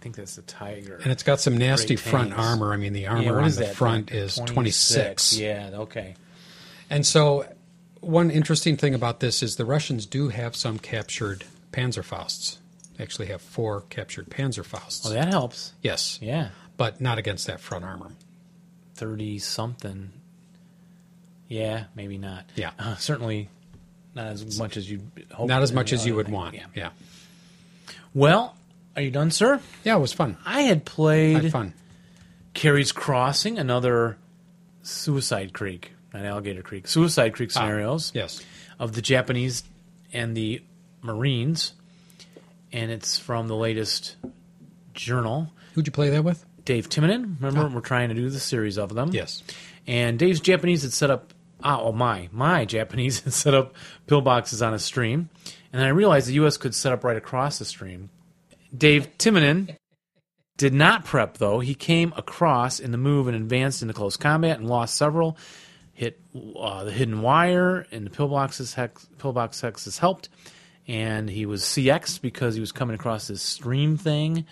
[SPEAKER 3] think that's the Tiger.
[SPEAKER 1] and it's got some nasty
[SPEAKER 3] Great
[SPEAKER 1] front
[SPEAKER 3] tanks.
[SPEAKER 1] armor. I mean, the
[SPEAKER 3] Yeah,
[SPEAKER 1] armor
[SPEAKER 3] what
[SPEAKER 1] on
[SPEAKER 3] is
[SPEAKER 1] the
[SPEAKER 3] that?
[SPEAKER 1] front is twenty six.
[SPEAKER 3] Yeah. Okay.
[SPEAKER 1] And so, one interesting thing about this is the Russians do have some captured Panzerfausts. They actually have four captured Panzerfausts.
[SPEAKER 3] Well, that helps.
[SPEAKER 1] yes,
[SPEAKER 3] Oh, Yeah.
[SPEAKER 1] but not against that front armor.
[SPEAKER 3] 30 something. Yeah, maybe not.
[SPEAKER 1] Yeah.
[SPEAKER 3] Uh, certainly not as much as you hope.
[SPEAKER 1] Not as much as you would
[SPEAKER 3] Yeah.
[SPEAKER 1] want. Yeah, yeah,
[SPEAKER 3] Well, are you done, sir?
[SPEAKER 1] it was fun.
[SPEAKER 3] I had
[SPEAKER 1] I
[SPEAKER 3] played
[SPEAKER 1] had fun.
[SPEAKER 3] Carrie's Crossing, another Suicide Creek, not Alligator Creek, Suicide Creek
[SPEAKER 1] Ah.
[SPEAKER 3] scenarios
[SPEAKER 1] Yes,
[SPEAKER 3] of the Japanese and the Marines. And it's from the latest journal.
[SPEAKER 1] who'd you play that with?
[SPEAKER 3] Dave Timonen, remember, we're trying to do the series of them.
[SPEAKER 1] Yes,
[SPEAKER 3] And Dave's Japanese had set up, oh, my, my Japanese had set up pillboxes on a stream. And then I realized the U.S. could set up right across the stream. Dave Timonen did not prep, though. He came across in the move and advanced into close combat and lost several. Hit uh, the hidden wire and the pillboxes hex, pillbox hexes helped. And he was CX because he was coming across this stream thing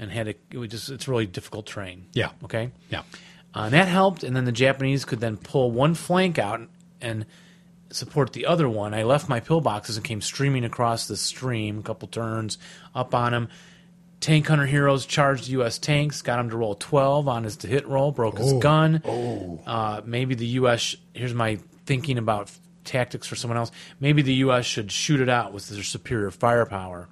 [SPEAKER 3] and had a, it was just, it's really difficult terrain.
[SPEAKER 1] Yeah.
[SPEAKER 3] Okay.
[SPEAKER 1] yeah,
[SPEAKER 3] Uh, and that helped, and then the Japanese could then pull one flank out and support the other one. I left my pillboxes and came streaming across the stream, a couple turns up on him. Tank Hunter Heroes charged U.S. tanks, got him to roll 12 on his to hit roll, broke his gun. Uh, maybe the U.S. Here's my thinking about tactics for someone else. Maybe the U.S. should shoot it out with their superior firepower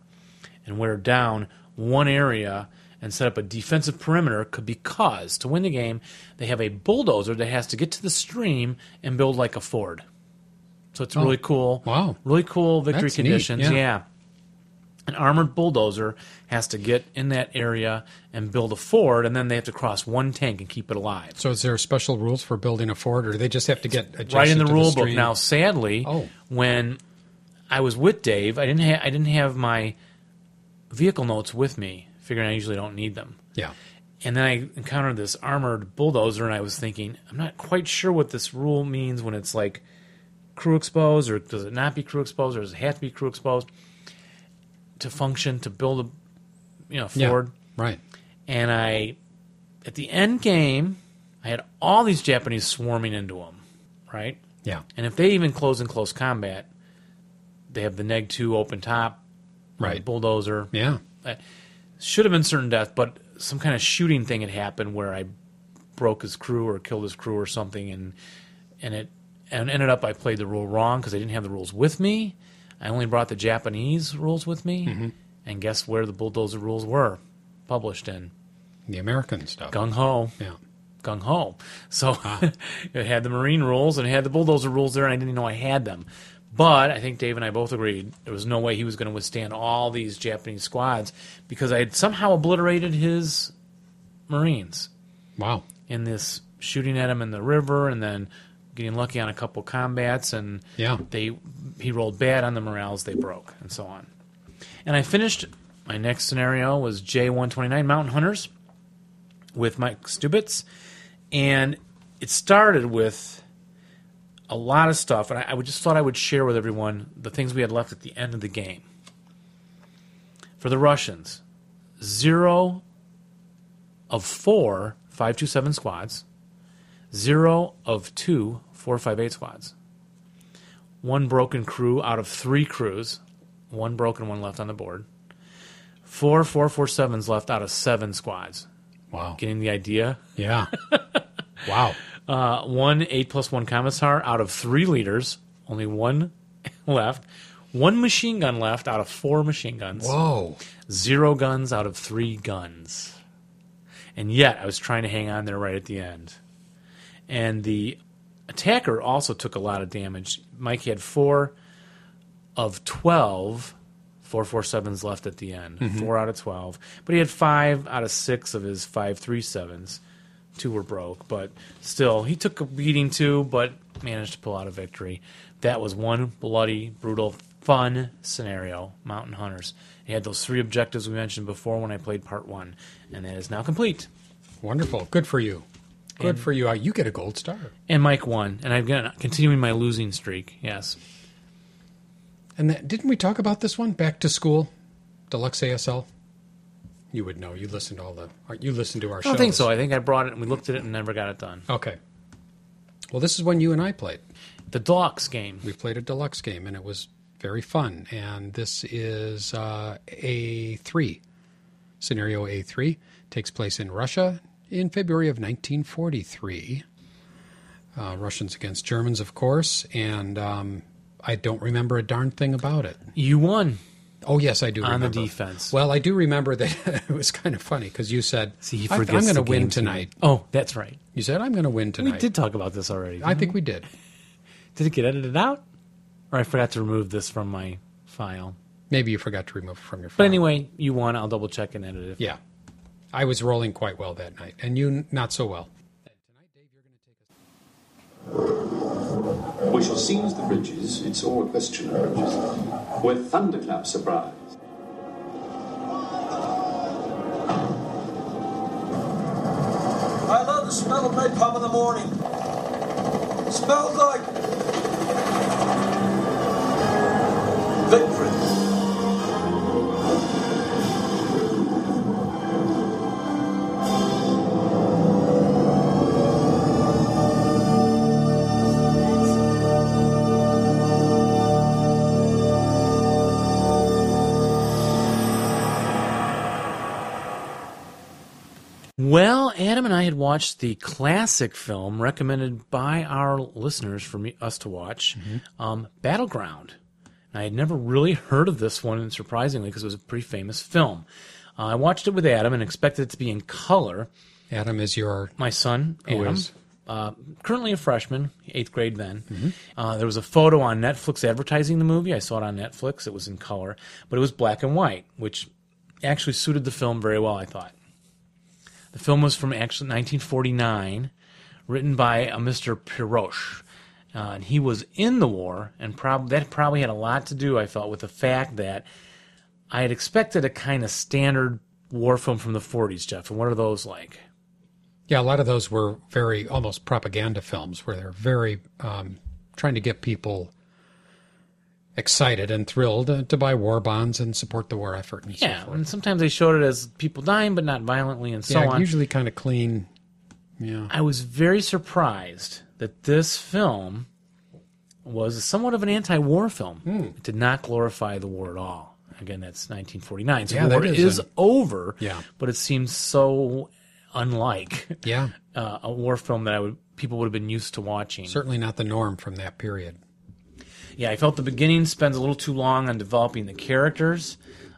[SPEAKER 3] and wear down one area and set up a defensive perimeter could because to win the game they have a bulldozer that has to get to the stream and build like a ford so it's really cool
[SPEAKER 1] Wow.
[SPEAKER 3] really cool victory
[SPEAKER 1] That's neat,
[SPEAKER 3] conditions
[SPEAKER 1] yeah.
[SPEAKER 3] yeah an armored bulldozer has to get in that area and build a ford and then they have to cross one tank and keep it alive
[SPEAKER 1] So, is there special rules for building a fort, or do they just have to get adjacent
[SPEAKER 3] right in the
[SPEAKER 1] to
[SPEAKER 3] rule book
[SPEAKER 1] stream?
[SPEAKER 3] now. Sadly,
[SPEAKER 1] Oh.
[SPEAKER 3] when I was with Dave, I didn't ha- I didn't have my vehicle notes with me, figuring I usually don't need them.
[SPEAKER 1] Yeah,
[SPEAKER 3] And then I encountered this armored bulldozer, and I was thinking, I'm not quite sure what this rule means when it's like crew exposed, or does it not be crew exposed, or does it have to be crew exposed to function to build a you know
[SPEAKER 1] yeah,
[SPEAKER 3] Ford?
[SPEAKER 1] right.
[SPEAKER 3] and I at the end game I had all these Japanese swarming into them, right?
[SPEAKER 1] Yeah,
[SPEAKER 3] And if they even close in close combat, they have the neg two open top,
[SPEAKER 1] right.
[SPEAKER 3] bulldozer.
[SPEAKER 1] Yeah,
[SPEAKER 3] Should have been certain death, but some kind of shooting thing had happened where I broke his crew or killed his crew or something, and and it and ended up I played the rule wrong because I didn't have the rules with me. I only brought the Japanese rules with me, and guess where the bulldozer rules were published in
[SPEAKER 1] the American stuff.
[SPEAKER 3] gung ho
[SPEAKER 1] Yeah,
[SPEAKER 3] gung ho. So it had the marine rules and it had the bulldozer rules there, and I didn't even know I had them. But I think Dave and I both agreed there was no way he was going to withstand all these Japanese squads because I had somehow obliterated his marines
[SPEAKER 1] wow.
[SPEAKER 3] in this shooting at him in the river and then getting lucky on a couple combats and
[SPEAKER 1] Yeah.
[SPEAKER 3] they he rolled bad on the morales they broke and so on and i finished my next scenario was j129 mountain hunters with mike stubitz and it started with a lot of stuff and i, I would just thought i would share with everyone the things we had left at the end of the game for the russians zero of four 527 squads, zero of two 458 squads, one broken crew out of three crews, one broken one left on the board, four 447s left out of seven squads.
[SPEAKER 1] Wow.
[SPEAKER 3] Getting the idea?
[SPEAKER 1] Yeah. wow.
[SPEAKER 3] Uh, one 8 plus 1 commissar out of three leaders, only one left, one machine gun left out of four machine guns,
[SPEAKER 1] Whoa.
[SPEAKER 3] zero guns out of three guns. and yet I was trying to hang on there right at the end. And the attacker also took a lot of damage. Mike had four of 12 447s left at the end, four out of 12. But he had five out of six of his 537s. Two were broke, but still, he took a beating too, but managed to pull out a victory. That was one bloody, brutal, fun scenario, Mountain Hunters. It had those three objectives we mentioned before when I played part one, and that is now complete.
[SPEAKER 1] Wonderful. Good for you. Good for you. Uh, You get a gold star.
[SPEAKER 3] And Mike won, and I've got continuing my losing streak. Yes.
[SPEAKER 1] And that, didn't we talk about this one? Back to school, deluxe ASL. You would know. You listened to all the. uh, You listened to our
[SPEAKER 3] I
[SPEAKER 1] show.
[SPEAKER 3] don't think so. I think I brought it and we looked at it and never got it done.
[SPEAKER 1] Okay. Well, this is when you and I played.
[SPEAKER 3] The Deluxe game.
[SPEAKER 1] We played a deluxe game, and it was very fun. And this is uh, A3. Scenario A3 takes place in Russia in February of 1943. Uh, Russians against Germans, of course, and um, I don't remember a darn thing about it.
[SPEAKER 3] You won.
[SPEAKER 1] Oh yes, I do
[SPEAKER 3] On the
[SPEAKER 1] remember.
[SPEAKER 3] defense.
[SPEAKER 1] Well, I do remember that it was kind of funny because you said,
[SPEAKER 3] See, he
[SPEAKER 1] "I- "I'm
[SPEAKER 3] forgets
[SPEAKER 1] going to
[SPEAKER 3] the
[SPEAKER 1] win
[SPEAKER 3] games he
[SPEAKER 1] tonight."
[SPEAKER 3] won. Oh, that's right.
[SPEAKER 1] You said, "I'm going to win
[SPEAKER 3] We
[SPEAKER 1] tonight."
[SPEAKER 3] did talk about this already.
[SPEAKER 1] I think we did.
[SPEAKER 3] Did it get edited out? Or I forgot to remove this from my file.
[SPEAKER 1] Maybe you forgot to remove it from your phone.
[SPEAKER 3] But anyway, you won. I'll double check and edit it.
[SPEAKER 1] yeah, I was rolling quite well that night, and you n- not so well.
[SPEAKER 7] We shall seize the bridges, it's all a question of bridges, with thunderclap surprise.
[SPEAKER 8] I love the smell of napalm in the morning. Smells like victory.
[SPEAKER 3] Well, Adam and I had watched the classic film recommended by our listeners for me, us to watch,
[SPEAKER 1] Mm-hmm.
[SPEAKER 3] um, Battleground. And I had never really heard of this one, surprisingly, because it was a pretty famous film. Uh, I watched it with Adam and expected it to be in color.
[SPEAKER 1] Adam is your
[SPEAKER 3] My son,
[SPEAKER 1] Who
[SPEAKER 3] Adam,
[SPEAKER 1] is?
[SPEAKER 3] uh, currently a freshman, eighth grade then. Uh, there was a photo on Netflix advertising the movie. I saw it on Netflix. It was in color, but it was black and white, which actually suited the film very well, I thought. The film was from actually 1949, written by a Mr. Piroche. Uh, and he was in the war, and prob- that probably had a lot to do, I felt, with the fact that I had expected a kind of standard war film from the 40s, Jeff. And what are those like?
[SPEAKER 1] yeah. A lot of those were very almost propaganda films where they're very um, trying to get people excited and thrilled uh, to buy war bonds and support the war effort. And so
[SPEAKER 3] Yeah, and sometimes they showed it as people dying, but not violently, and so
[SPEAKER 1] yeah,
[SPEAKER 3] on.
[SPEAKER 1] usually kind of clean. Yeah.
[SPEAKER 3] I was very surprised that this film was somewhat of an anti-war film.
[SPEAKER 1] Hmm.
[SPEAKER 3] It did not glorify the war at all. Again, that's 1949, so
[SPEAKER 1] Yeah,
[SPEAKER 3] the
[SPEAKER 1] that
[SPEAKER 3] war
[SPEAKER 1] is
[SPEAKER 3] is,
[SPEAKER 1] an-
[SPEAKER 3] over.
[SPEAKER 1] Yeah.
[SPEAKER 3] but it seems so unlike
[SPEAKER 1] Yeah.
[SPEAKER 3] uh, a war film that I would people would have been used to watching.
[SPEAKER 1] Certainly not the norm from that period.
[SPEAKER 3] Yeah, I felt the beginning spends a little too long on developing the characters.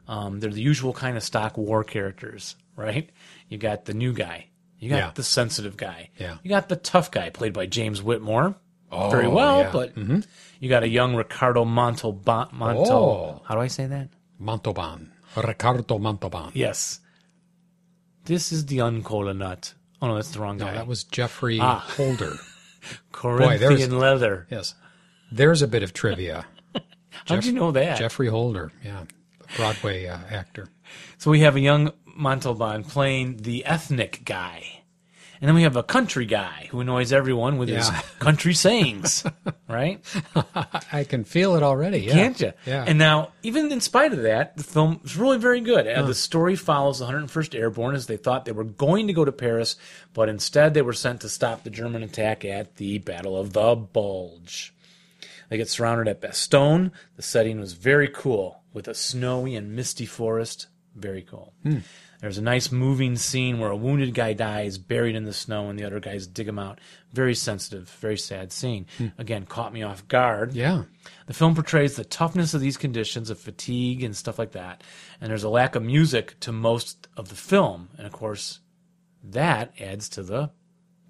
[SPEAKER 3] Um, they're the usual kind of stock war characters, right? You got the new guy, you got
[SPEAKER 1] Yeah.
[SPEAKER 3] the sensitive guy,
[SPEAKER 1] Yeah.
[SPEAKER 3] you got the tough guy played by James Whitmore
[SPEAKER 1] Oh,
[SPEAKER 3] very well,
[SPEAKER 1] yeah. Mm-hmm.
[SPEAKER 3] but you got a young Ricardo Montalban. Montal,
[SPEAKER 1] Oh.
[SPEAKER 3] How do I say that?
[SPEAKER 1] Montalban. Ricardo Montalban.
[SPEAKER 3] Yes, this is the uncola nut. Oh no, that's the wrong guy.
[SPEAKER 1] No, that was Jeffrey
[SPEAKER 3] Ah.
[SPEAKER 1] Holder.
[SPEAKER 3] Corinthian
[SPEAKER 1] there's-
[SPEAKER 3] leather.
[SPEAKER 1] Yes. There's a bit of trivia.
[SPEAKER 3] How'd you know that?
[SPEAKER 1] Jeffrey Holder, yeah. Broadway uh, actor.
[SPEAKER 3] So we have a young Montalban playing the ethnic guy. And then we have a country guy who annoys everyone with
[SPEAKER 1] Yeah.
[SPEAKER 3] his country sayings, right?
[SPEAKER 1] I can feel it already. Yeah.
[SPEAKER 3] Can't you?
[SPEAKER 1] Yeah.
[SPEAKER 3] And now, even in spite of that, the film is really very good. Uh, the story follows the 101st Airborne as they thought they were going to go to Paris, but instead they were sent to stop the German attack at the Battle of the Bulge. They get surrounded at Bastogne. The setting was very cool with a snowy and misty forest. Very cool.
[SPEAKER 1] Hmm.
[SPEAKER 3] There's a nice moving scene where a wounded guy dies buried in the snow and the other guys dig him out. Very sensitive, very sad scene.
[SPEAKER 1] Hmm.
[SPEAKER 3] Again, caught me off guard.
[SPEAKER 1] yeah.
[SPEAKER 3] The film portrays the toughness of these conditions of fatigue and stuff like that. And there's a lack of music to most of the film. And of course, that adds to the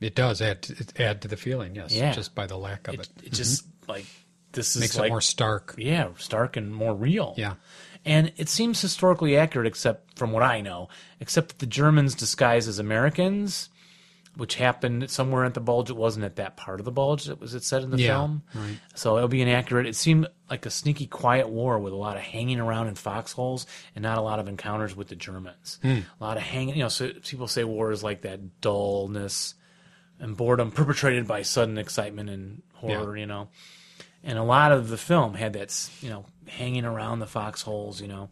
[SPEAKER 1] It does add to, it add to the feeling, yes.
[SPEAKER 3] Yeah.
[SPEAKER 1] Just by the lack of it.
[SPEAKER 3] it, it just like this is
[SPEAKER 1] Mm-hmm. Makes
[SPEAKER 3] like
[SPEAKER 1] it more stark.
[SPEAKER 3] yeah stark and more real.
[SPEAKER 1] Yeah.
[SPEAKER 3] and it seems historically accurate, except from what I know, except that the Germans disguised as Americans, which happened somewhere at the bulge. It wasn't at that part of the bulge that was it said in the
[SPEAKER 1] Yeah,
[SPEAKER 3] film.
[SPEAKER 1] right.
[SPEAKER 3] So it'll be inaccurate. It seemed like a sneaky, quiet war with a lot of hanging around in foxholes and not a lot of encounters with the Germans.
[SPEAKER 1] Hmm.
[SPEAKER 3] A lot of hanging. You know, so people say war is like that dullness and boredom perpetrated by sudden excitement and horror. You know and a lot of the film had that s- you know hanging around the foxholes you know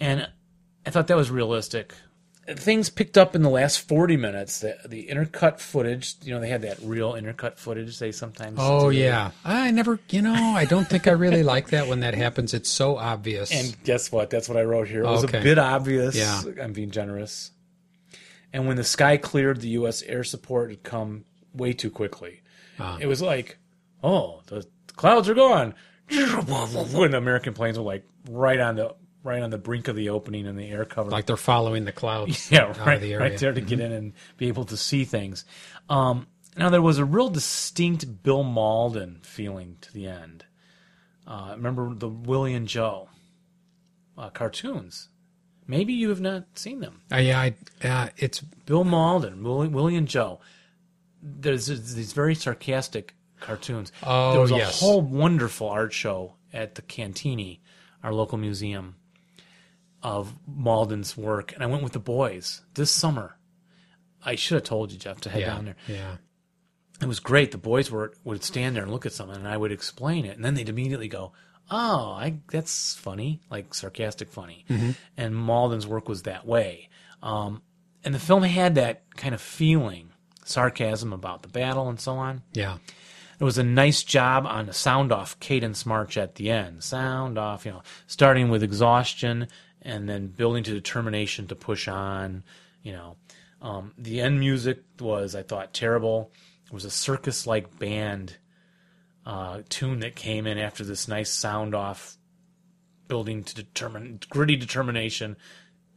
[SPEAKER 3] and i thought that was realistic things picked up in the last 40 minutes the, the intercut footage you know they had that real intercut footage they sometimes
[SPEAKER 1] Oh
[SPEAKER 3] do.
[SPEAKER 1] yeah. I never you know, I don't think I really like that when that happens. It's so obvious.
[SPEAKER 3] and guess what that's what i wrote here it was
[SPEAKER 1] Okay.
[SPEAKER 3] a bit obvious
[SPEAKER 1] Yeah.
[SPEAKER 3] i'm being generous and when the sky cleared the us air support had come way too quickly
[SPEAKER 1] Ah.
[SPEAKER 3] it was like oh the clouds are gone when the american planes were like right on the right on the brink of the opening and the air cover
[SPEAKER 1] like they're following the clouds
[SPEAKER 3] yeah,
[SPEAKER 1] out
[SPEAKER 3] right,
[SPEAKER 1] of the area. Mm-hmm.
[SPEAKER 3] right there to get in and be able to see things. Um, now there was a real distinct Bill Malden feeling to the end. Uh, remember the Willie and Joe uh, cartoons? Maybe you have not seen them.
[SPEAKER 1] Uh, yeah, I, uh, it's
[SPEAKER 3] Bill Malden, Willie, Willie and Joe. There's, there's these very sarcastic cartoons.
[SPEAKER 1] Oh,
[SPEAKER 3] there was a
[SPEAKER 1] yes.
[SPEAKER 3] whole wonderful art show at the Cantini, our local museum, of Malden's work, and I went with the boys this summer. I should have told you, Jeff, to head
[SPEAKER 1] yeah,
[SPEAKER 3] down there.
[SPEAKER 1] yeah.
[SPEAKER 3] It was great. The boys were would stand there and look at something, and I would explain it, and then they'd immediately go, "Oh, I that's funny," like sarcastic funny. And Malden's work was that way. Um, and the film had that kind of feeling, sarcasm about the battle and so on.
[SPEAKER 1] Yeah.
[SPEAKER 3] It was a nice job on a sound off cadence march at the end. Sound off, you know, starting with exhaustion and then building to determination to push on, you know. Um, the end music was, I thought, terrible. It was a circus like band uh, tune that came in after this nice sound off building to determine gritty determination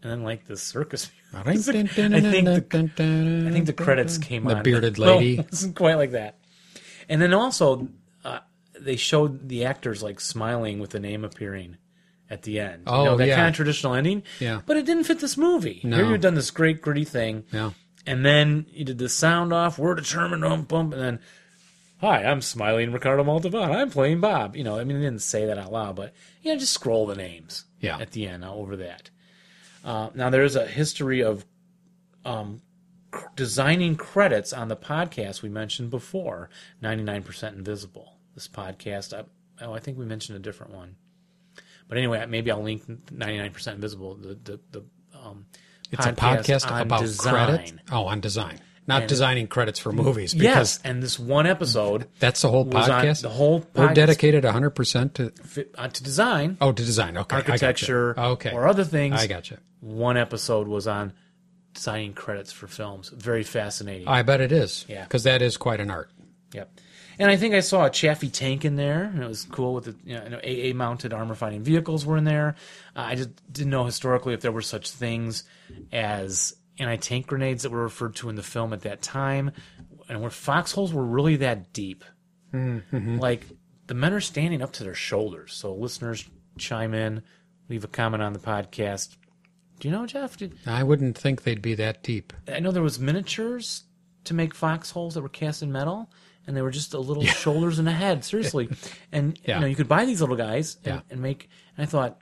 [SPEAKER 3] and then like this circus music. I think the I think the credits came
[SPEAKER 1] The
[SPEAKER 3] on.
[SPEAKER 1] bearded
[SPEAKER 3] Well,
[SPEAKER 1] lady.
[SPEAKER 3] it wasn't quite like that. And then also, uh, they showed the actors like smiling with the name appearing at the end.
[SPEAKER 1] Oh,
[SPEAKER 3] you know, that
[SPEAKER 1] yeah.
[SPEAKER 3] kind of traditional ending.
[SPEAKER 1] Yeah.
[SPEAKER 3] But it didn't fit this movie.
[SPEAKER 1] No.
[SPEAKER 3] Here you've done this great gritty thing,
[SPEAKER 1] Yeah.
[SPEAKER 3] and then you did the sound off. We're determined, bump, bump, and then. Hi, I'm smiling Ricardo Montalban. I'm playing Bob. You know, I mean, they didn't say that out loud, but you know, just scroll the names
[SPEAKER 1] Yeah.
[SPEAKER 3] at the end uh, over that. Uh, now, there's a history of um, c- designing credits on the podcast we mentioned before 99% Invisible. This podcast, I, oh, I think we mentioned a different one. But anyway, uh, maybe I'll link 99% Invisible, the, the, the um,
[SPEAKER 1] It's a podcast
[SPEAKER 3] on
[SPEAKER 1] about credit.
[SPEAKER 3] design.
[SPEAKER 1] Oh, on design. Not designing credits for movies because
[SPEAKER 3] Yes, and this one episode
[SPEAKER 1] that's the whole
[SPEAKER 3] was on-
[SPEAKER 1] podcast.
[SPEAKER 3] the whole
[SPEAKER 1] We're
[SPEAKER 3] podcast-
[SPEAKER 1] dedicated 100% to
[SPEAKER 3] fit, uh, to design,
[SPEAKER 1] oh, to design. Okay. I gotcha.
[SPEAKER 3] architecture,
[SPEAKER 1] Okay.
[SPEAKER 3] or other things.
[SPEAKER 1] I gotcha.
[SPEAKER 3] One episode was on designing credits for films. Very fascinating.
[SPEAKER 1] I bet it is.
[SPEAKER 3] Yeah.
[SPEAKER 1] Cuz that is quite an art.
[SPEAKER 3] Yep. And I think I saw a Chaffee tank in there, and it was cool with the you know, AA mounted armor fighting vehicles were in there. Uh, I just didn't know historically if there were such things as anti tank grenades that were referred to in the film at that time, and where foxholes were really that deep. Like the men are standing up to their shoulders. So listeners, chime in, leave a comment on the podcast. Do you know, Jeff? Did,
[SPEAKER 1] I wouldn't think they'd be that deep.
[SPEAKER 3] I know there was miniatures to make foxholes that were cast in metal, and they were just a little shoulders and a head, seriously. And
[SPEAKER 1] Yeah.
[SPEAKER 3] you know, you could buy these little guys and,
[SPEAKER 1] Yeah.
[SPEAKER 3] and make. And I thought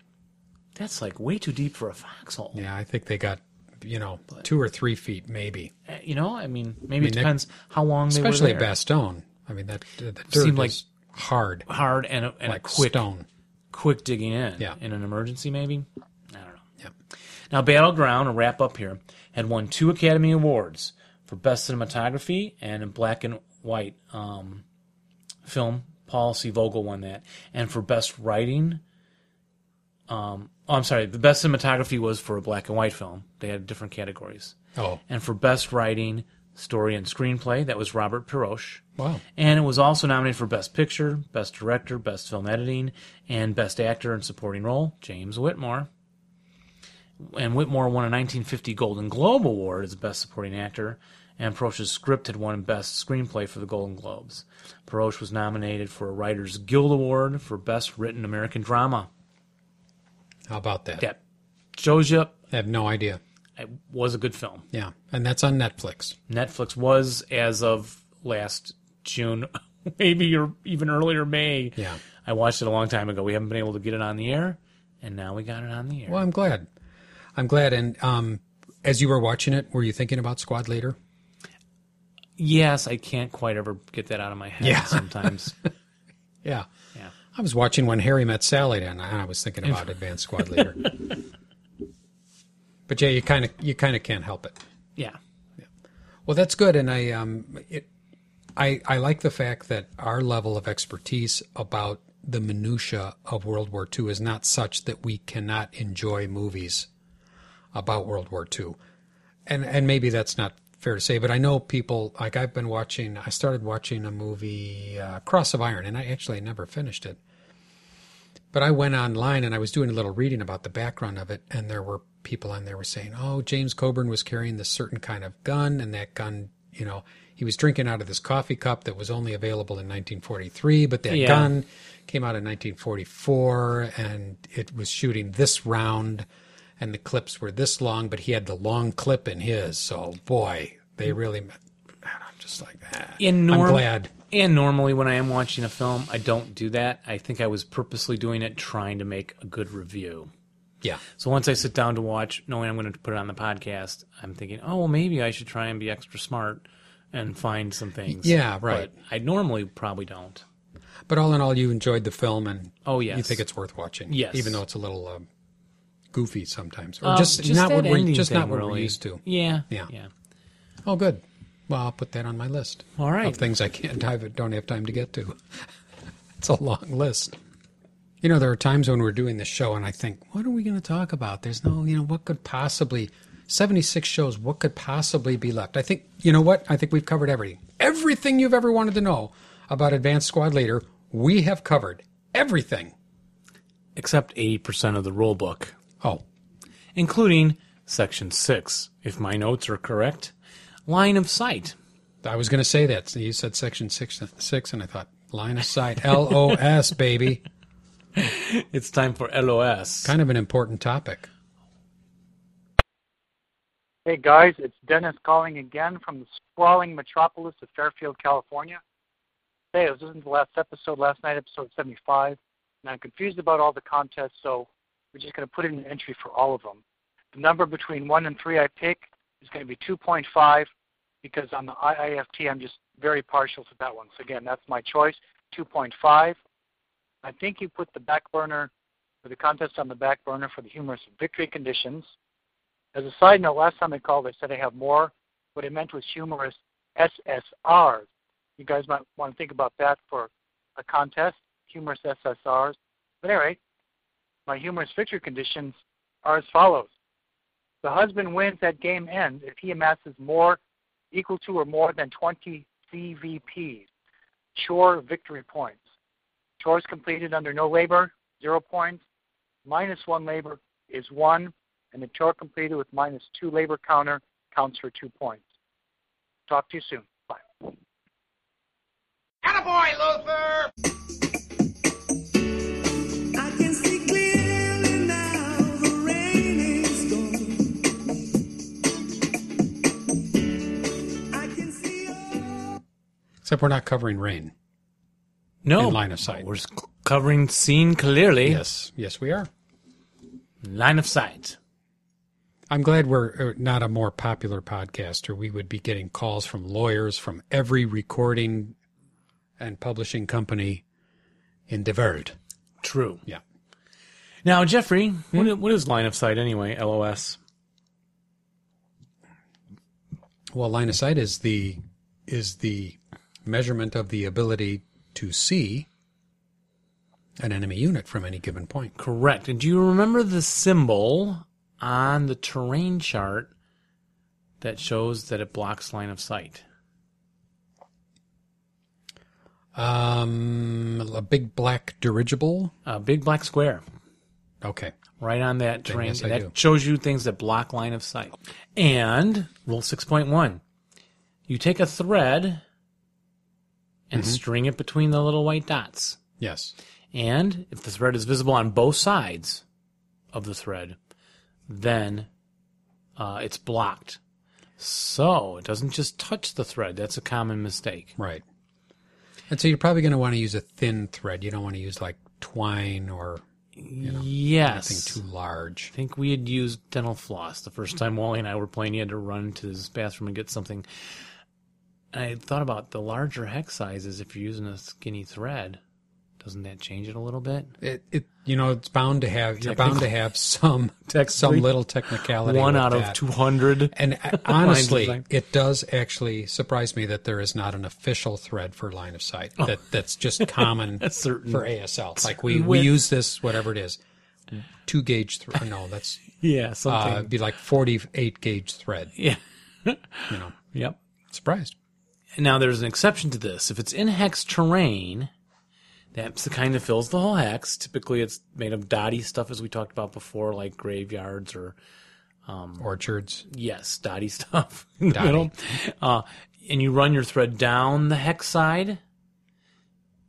[SPEAKER 3] that's like way too deep for a foxhole.
[SPEAKER 1] Yeah, I think they got you know, 2 or 3 feet maybe.
[SPEAKER 3] Uh, You know, I mean, maybe
[SPEAKER 1] mean,
[SPEAKER 3] it
[SPEAKER 1] they-
[SPEAKER 3] depends how long they were
[SPEAKER 1] Especially
[SPEAKER 3] there.
[SPEAKER 1] Bastogne. I mean that the dirt
[SPEAKER 3] Seemed like-
[SPEAKER 1] is hard
[SPEAKER 3] hard and a, and
[SPEAKER 1] like
[SPEAKER 3] a quick
[SPEAKER 1] stone.
[SPEAKER 3] quick digging in
[SPEAKER 1] Yeah.
[SPEAKER 3] in an emergency maybe i don't know now battleground to wrap up here had won two academy awards for best cinematography and a black and white um, film paul c vogel won that and for best writing um, oh, i'm sorry the best cinematography was for a black and white film they had different categories
[SPEAKER 1] Oh,
[SPEAKER 3] and for best writing story and screenplay that was robert piroche
[SPEAKER 1] wow.
[SPEAKER 3] and it was also nominated for Best Picture, Best Director, Best Film Editing, and Best Actor in Supporting Role, James Whitmore. and Whitmore won a 1950 Golden Globe Award as Best Supporting Actor, and Perosh's script had won Best Screenplay for the Golden Globes. Perosh was nominated for a Writers Guild Award for Best Written American Drama.
[SPEAKER 1] How about that?
[SPEAKER 3] That shows you
[SPEAKER 1] I have no idea.
[SPEAKER 3] it was a good film.
[SPEAKER 1] Yeah, and that's on Netflix.
[SPEAKER 3] Netflix was, as of last June, maybe or even earlier May.
[SPEAKER 1] Yeah.
[SPEAKER 3] I watched it a long time ago. We haven't been able to get it on the air, and now we got it on the air.
[SPEAKER 1] Well, I'm glad. I'm glad. And um, as you were watching it, were you thinking about Squad Leader?
[SPEAKER 3] Yes, I can't quite ever get that out of my head
[SPEAKER 1] Yeah.
[SPEAKER 3] sometimes.
[SPEAKER 1] Yeah.
[SPEAKER 3] Yeah.
[SPEAKER 1] I was watching when Harry met Sally, and I I was thinking about Advanced Squad Leader. but yeah, you kind of you kind of can't help it.
[SPEAKER 3] Yeah.
[SPEAKER 1] Well, that's good, and I um, it, I I like the fact that our level of expertise about the minutia of World War II is not such that we cannot enjoy movies about World War II, and and maybe that's not fair to say, but I know people like I've been watching. I started watching a movie uh, Cross of Iron, and I actually never finished it. But I went online and I was doing a little reading about the background of it, and there were people on there were saying, "Oh, James Coburn was carrying this certain kind of gun, and that gun, you know, he was drinking out of this coffee cup that was only available in 1943, but that
[SPEAKER 3] Yeah.
[SPEAKER 1] gun came out in 1944, and it was shooting this round, and the clips were this long, but he had the long clip in his. So, boy, they really." Man, I'm just like, ah,
[SPEAKER 3] And norm-
[SPEAKER 1] I'm glad.
[SPEAKER 3] And normally, when I am watching a film, I don't do that. I think I was purposely doing it trying to make a good review.
[SPEAKER 1] Yeah,
[SPEAKER 3] So once I sit down to watch, knowing I'm going to put it on the podcast, I'm thinking, oh, well, maybe I should try and be extra smart and find some things.
[SPEAKER 1] Yeah, right.
[SPEAKER 3] But I normally probably don't.
[SPEAKER 1] but all in all, you enjoyed the film, and
[SPEAKER 3] Oh, yes.
[SPEAKER 1] You think it's worth watching?
[SPEAKER 3] Yes.
[SPEAKER 1] Even though it's a little um, goofy sometimes, or
[SPEAKER 3] Um,
[SPEAKER 1] just, not
[SPEAKER 3] that
[SPEAKER 1] what we're
[SPEAKER 3] ending
[SPEAKER 1] just not
[SPEAKER 3] thing,
[SPEAKER 1] what we're
[SPEAKER 3] really.
[SPEAKER 1] used to.
[SPEAKER 3] Yeah.
[SPEAKER 1] Yeah.
[SPEAKER 3] Yeah.
[SPEAKER 1] Oh, good. Well, I'll put that on my list
[SPEAKER 3] All right.
[SPEAKER 1] of things I can't I don't have time to get to. it's a long list. You know, there are times when we're doing this show, and I think, what are we going to talk about? There's no, you know, what could possibly seventy six shows? What could possibly be left? I think you know what? I think we've covered everything. Everything you've ever wanted to know about Advanced Squad Leader, we have covered everything.
[SPEAKER 3] Except 80% of the rule book,
[SPEAKER 1] Oh,
[SPEAKER 3] including section six, if my notes are correct, line of sight.
[SPEAKER 1] I was going to say that. So you said section six, six, and I thought line of sight, L O S, baby.
[SPEAKER 3] It's time for LOS.
[SPEAKER 1] Kind of an important topic.
[SPEAKER 9] Hey guys, it's Dennis calling again from the sprawling metropolis of Fairfield, California. Hey, I was listening to the last episode last night, episode 75, and I'm confused about all the contests, so we're just going to put in an entry for all of them. The number between 1 and 3 I pick is going to be 2.5 because on the IIFT I'm just very partial to that one. So again, that's my choice, 2.5. I think you put the back burner, or the contest on the back burner for the humorous victory conditions. As a side note, last time I called, I said I have more. What I meant was humorous SSRs. You guys might want to think about that for a contest, humorous SSRs. But anyway, my humorous victory conditions are as follows. The husband wins at game end if he amasses more, equal to or more than 20 CVPs, chore victory points. Chores completed under no labor, zero points. Minus one labor is one and the chore completed with minus two labor counter counts for two points. Talk to you soon. Bye.
[SPEAKER 8] Attaboy, Luther!
[SPEAKER 10] I can see clearly now the rain is gone. I can see
[SPEAKER 1] Except we're not covering rain.
[SPEAKER 3] no.
[SPEAKER 1] in line of sight.
[SPEAKER 3] We're s- covering scene clearly.
[SPEAKER 1] Yes, yes, we are.
[SPEAKER 3] Line of sight.
[SPEAKER 1] I'm glad we're uh, not a more popular podcaster. We would be getting calls from lawyers from every recording and publishing company in the world.
[SPEAKER 3] True.
[SPEAKER 1] Yeah.
[SPEAKER 3] Now, Jeffrey, what
[SPEAKER 1] Hmm?
[SPEAKER 3] i- what is line of sight anyway? LOS.
[SPEAKER 1] Well, line of sight is the is the measurement of the ability to see an enemy unit from any given point.
[SPEAKER 3] Correct. And do you remember the symbol on the terrain chart that shows that it blocks line of sight?
[SPEAKER 1] Um, a big black dirigible.
[SPEAKER 3] A big black square.
[SPEAKER 1] Okay.
[SPEAKER 3] Right on that train. Yes, that do. shows you things that block line of sight. And rule 6.1 you take a thread and mm-hmm. string it between the little white dots.
[SPEAKER 1] Yes.
[SPEAKER 3] And if the thread is visible on both sides of the thread, then uh, it's blocked. So it doesn't just touch the thread. That's a common mistake.
[SPEAKER 1] Right. And so you're probably going to want to use a thin thread. You don't want to use like twine or you know,
[SPEAKER 3] yes.
[SPEAKER 1] nothing too large.
[SPEAKER 3] I think we had used dental floss the first time Wally and I were playing. He had to run to his bathroom and get something. And I thought about the larger hex sizes. If you're using a skinny thread, doesn't that change it a little bit?
[SPEAKER 1] It, it you know, it's bound to have you're bound to have some some little technicality.
[SPEAKER 3] One out
[SPEAKER 1] that.
[SPEAKER 3] of two hundred.
[SPEAKER 1] And honestly, it does actually surprise me that there is not an official thread for line of sight oh. that that's just common
[SPEAKER 3] certain,
[SPEAKER 1] for ASL. Like we we use this whatever it is. Two gauge thread. No, that's
[SPEAKER 3] yeah. Something
[SPEAKER 1] uh, be like forty-eight gauge thread.
[SPEAKER 3] Yeah.
[SPEAKER 1] you know.
[SPEAKER 3] Yep.
[SPEAKER 1] Surprised.
[SPEAKER 3] Now there's an exception to this. If it's in hex terrain, that's the kind that fills the whole hex. Typically, it's made of dotty stuff, as we talked about before, like graveyards or um,
[SPEAKER 1] orchards.
[SPEAKER 3] Yes, dotty stuff in dotty. the middle. Uh, and you run your thread down the hex side,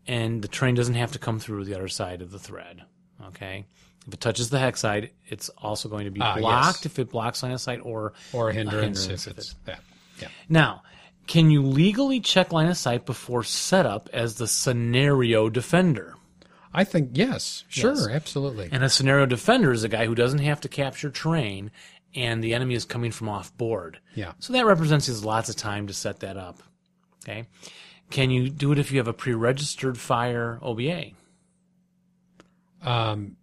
[SPEAKER 3] and the train doesn't have to come through the other side of the thread. Okay. If it touches the hex side, it's also going to be ah, blocked yes. if it blocks line of sight or
[SPEAKER 1] or a hindrance, a hindrance if, if it's that. Yeah. yeah.
[SPEAKER 3] Now, can you legally check line of sight before setup as the scenario defender?
[SPEAKER 1] I think yes, sure, yes. absolutely.
[SPEAKER 3] And a scenario defender is a guy who doesn't have to capture terrain and the enemy is coming from off board.
[SPEAKER 1] Yeah.
[SPEAKER 3] So that represents his lots of time to set that up. Okay. Can you do it if you have a pre registered fire OBA?
[SPEAKER 1] Um,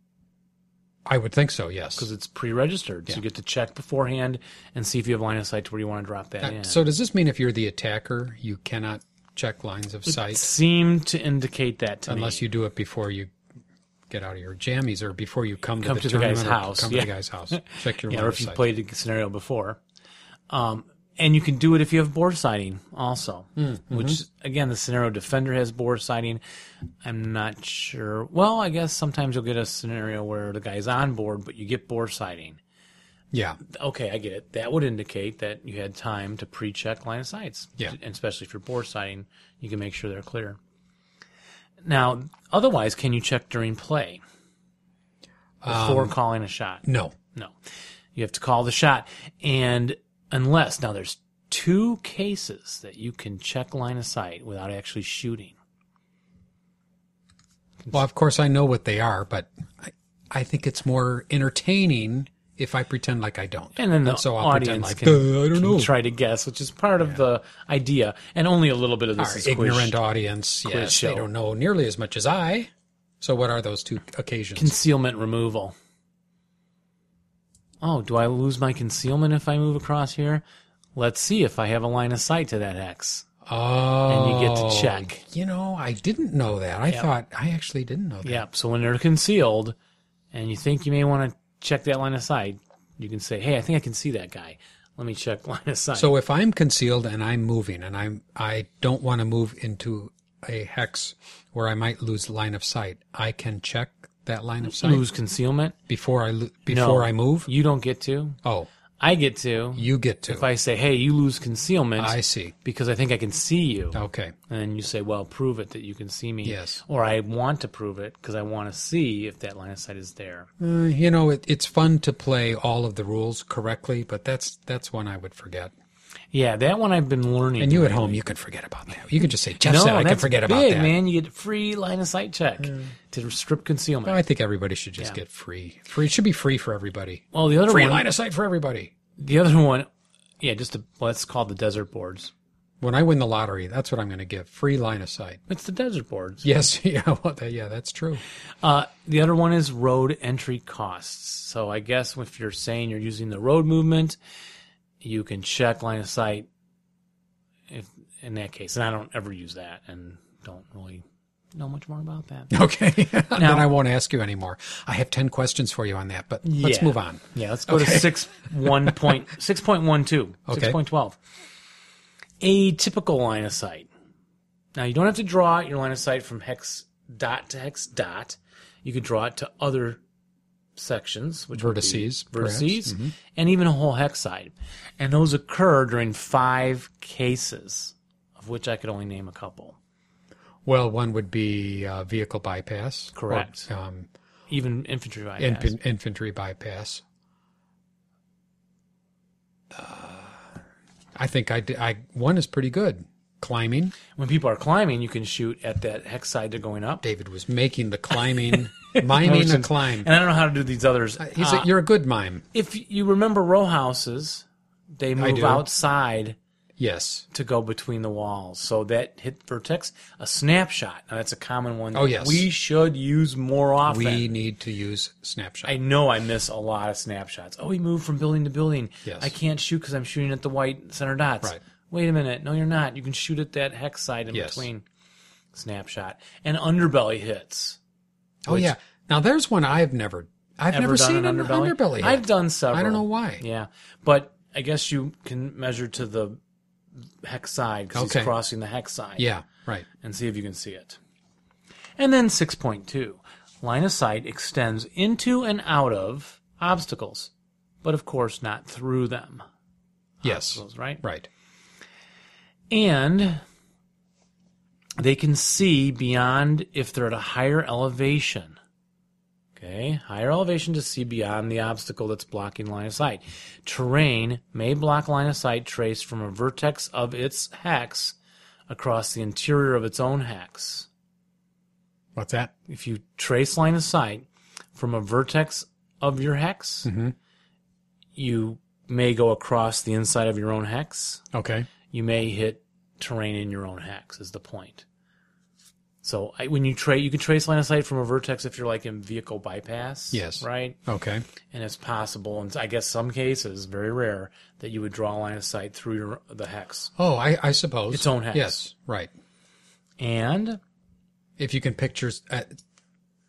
[SPEAKER 1] I would think so, yes. Uh,
[SPEAKER 3] Because it's pre-registered, yeah. so you get to check beforehand and see if you have line of sight to where you want to drop that uh, in.
[SPEAKER 1] So does this mean if you're the attacker, you cannot check lines of
[SPEAKER 3] it
[SPEAKER 1] sight? It
[SPEAKER 3] seemed to indicate that to
[SPEAKER 1] unless
[SPEAKER 3] me.
[SPEAKER 1] you do it before you get out of your jammies or before you come,
[SPEAKER 3] come
[SPEAKER 1] to the,
[SPEAKER 3] to the guy's
[SPEAKER 1] house. Come
[SPEAKER 3] yeah.
[SPEAKER 1] to the guy's house. Check your
[SPEAKER 3] yeah,
[SPEAKER 1] line
[SPEAKER 3] or
[SPEAKER 1] if
[SPEAKER 3] you played the scenario before. Um, and you can do it if you have bore sighting also,
[SPEAKER 1] mm-hmm.
[SPEAKER 3] which again the scenario defender has bore sighting. I'm not sure. Well, I guess sometimes you'll get a scenario where the guy's on board, but you get bore sighting.
[SPEAKER 1] Yeah.
[SPEAKER 3] Okay, I get it. That would indicate that you had time to pre-check line of sights.
[SPEAKER 1] Yeah.
[SPEAKER 3] And especially if you're bore sighting, you can make sure they're clear. Now, otherwise, can you check during play before
[SPEAKER 1] Um,
[SPEAKER 3] calling a shot?
[SPEAKER 1] No.
[SPEAKER 3] No. You have to call the shot and unless now there's two cases that you can check line of sight without actually shooting.
[SPEAKER 1] Well, of course I know what they are, but I, I think it's more entertaining if I pretend like I don't.
[SPEAKER 3] And then the
[SPEAKER 1] so I'll
[SPEAKER 3] audience
[SPEAKER 1] pretend like,
[SPEAKER 3] can,
[SPEAKER 1] "Uh, I don't
[SPEAKER 3] can
[SPEAKER 1] know.
[SPEAKER 3] try to guess, which is part of the idea, and only a little bit of this
[SPEAKER 1] Our
[SPEAKER 3] is
[SPEAKER 1] ignorant
[SPEAKER 3] squished.
[SPEAKER 1] audience,
[SPEAKER 3] quiz
[SPEAKER 1] yes,
[SPEAKER 3] show.
[SPEAKER 1] they don't know nearly as much as I. So what are those two occasions?
[SPEAKER 3] concealment removal. Oh, do I lose my concealment if I move across here? Let's see if I have a line of sight to that hex.
[SPEAKER 1] oh,
[SPEAKER 3] you get to check.
[SPEAKER 1] You know, I didn't know that. I
[SPEAKER 3] Yep.
[SPEAKER 1] thought I actually didn't know that.
[SPEAKER 3] Yep. So when they're concealed, and you think you may want to check that line of sight, you can say, "Hey, I think I can see that guy. Let me check line of sight."
[SPEAKER 1] So if I'm concealed and I'm moving and I'm I don't want to move into a hex where I might lose line of sight, I can check that line of sight
[SPEAKER 3] lose concealment
[SPEAKER 1] before I lo-
[SPEAKER 3] No,
[SPEAKER 1] before I move.
[SPEAKER 3] You don't get to.
[SPEAKER 1] Oh,
[SPEAKER 3] I get to.
[SPEAKER 1] you get to.
[SPEAKER 3] If I say, "Hey, you lose concealment,"
[SPEAKER 1] I see.
[SPEAKER 3] because I think I can see you.
[SPEAKER 1] Okay.
[SPEAKER 3] And then you say, "Well, prove it that you can see me."
[SPEAKER 1] Yes.
[SPEAKER 3] Or I want to prove it because I want to see if that line of sight is there.
[SPEAKER 1] Uh, you know, it, it's fun to play all of the rules correctly, but that's that's one I would forget.
[SPEAKER 3] Yeah, that one I've been learning.
[SPEAKER 1] And you at
[SPEAKER 3] lately.
[SPEAKER 1] home, you can forget about that. You can just say, Jeff
[SPEAKER 3] no,
[SPEAKER 1] said I can
[SPEAKER 3] that's
[SPEAKER 1] forget
[SPEAKER 3] big,
[SPEAKER 1] about that.
[SPEAKER 3] man. You get free line of sight check to strip concealment.
[SPEAKER 1] Well, Oh, I think everybody should just
[SPEAKER 3] Yeah.
[SPEAKER 1] get free. Free it should be free for everybody.
[SPEAKER 3] Well, the other
[SPEAKER 1] free
[SPEAKER 3] one,
[SPEAKER 1] line of sight for everybody.
[SPEAKER 3] the other one, yeah, just a, well, it's called the desert boards.
[SPEAKER 1] When I win the lottery, that's what I'm going to give. Free line of sight.
[SPEAKER 3] It's the desert boards.
[SPEAKER 1] Yes, yeah, well, that, yeah, that's true.
[SPEAKER 3] Uh, the other one is road entry costs. So I guess if you're saying you're using the road movement, you can check line of sight. If in that case, and I don't ever use that, and don't really know much more about that.
[SPEAKER 1] Okay, then I won't ask you anymore. I have ten questions for you on that, but let's
[SPEAKER 3] Yeah.
[SPEAKER 1] move on.
[SPEAKER 3] Yeah, let's go
[SPEAKER 1] Okay.
[SPEAKER 3] to six one point six point one two.
[SPEAKER 1] Okay.
[SPEAKER 3] Six point twelve. A typical line of sight. Now you don't have to draw your line of sight from hex dot to hex dot. You could draw it to other sections, which
[SPEAKER 1] Vertices,
[SPEAKER 3] would be vertices,
[SPEAKER 1] perhaps. Mhm.
[SPEAKER 3] and even a whole hexide, and those occur during five cases, of which I could only name a couple.
[SPEAKER 1] Well, one would be uh, vehicle bypass. or,
[SPEAKER 3] Correct.
[SPEAKER 1] um,
[SPEAKER 3] Even infantry bypass.
[SPEAKER 1] Infan- infantry bypass. Uh, I think I, di- I one is pretty good. Climbing.
[SPEAKER 3] When people are climbing, you can shoot at that hexide they're going up.
[SPEAKER 1] David was making the climbing, miming the
[SPEAKER 3] Motions.
[SPEAKER 1] climb.
[SPEAKER 3] And I don't know how to do these others.
[SPEAKER 1] He's
[SPEAKER 3] Uh,
[SPEAKER 1] a, you're a good mime.
[SPEAKER 3] if you remember row houses, they move
[SPEAKER 1] do.
[SPEAKER 3] outside
[SPEAKER 1] Yes.
[SPEAKER 3] to go between the walls. So that hit vertex, a snapshot. Now that's a common one.
[SPEAKER 1] Oh, yes.
[SPEAKER 3] we should use more often.
[SPEAKER 1] We need to use snapshot.
[SPEAKER 3] I know I miss a lot of snapshots. Oh, we moved from building to building.
[SPEAKER 1] Yes.
[SPEAKER 3] I can't shoot because I'm shooting at the white center dots.
[SPEAKER 1] Right.
[SPEAKER 3] Wait a minute. No, you're not. You can shoot at that hex side in
[SPEAKER 1] Yes.
[SPEAKER 3] between. Snapshot and underbelly hits.
[SPEAKER 1] oh yeah. Now there's one I've never I've
[SPEAKER 3] Ever
[SPEAKER 1] never
[SPEAKER 3] done
[SPEAKER 1] seen an underbelly. hit.
[SPEAKER 3] I've done several.
[SPEAKER 1] I don't know why.
[SPEAKER 3] Yeah, but I guess you can measure to the hex side because
[SPEAKER 1] Okay.
[SPEAKER 3] he's crossing the hex side.
[SPEAKER 1] Yeah. Right.
[SPEAKER 3] and see if you can see it. And then 6.2 line of sight extends into and out of obstacles, but of course not through them.
[SPEAKER 1] Yes.
[SPEAKER 3] Those, right?
[SPEAKER 1] Right.
[SPEAKER 3] And they can see beyond if they're at a higher elevation. Okay, higher elevation to see beyond the obstacle that's blocking line of sight. Terrain may block line of sight traced from a vertex of its hex across the interior of its own hex.
[SPEAKER 1] What's that?
[SPEAKER 3] if you trace line of sight from a vertex of your hex, you may go across the inside of your own hex.
[SPEAKER 1] Okay.
[SPEAKER 3] You may hit terrain in your own hex. Is the point? So I, when you trace, you can trace line of sight from a vertex if you're like in vehicle bypass.
[SPEAKER 1] Yes.
[SPEAKER 3] Right.
[SPEAKER 1] Okay.
[SPEAKER 3] And it's possible, and I guess some cases, very rare, that you would draw a line of sight through your the hex
[SPEAKER 1] Oh, I, I suppose
[SPEAKER 3] Its own hex.
[SPEAKER 1] Yes. Right.
[SPEAKER 3] and
[SPEAKER 1] If you can picture uh,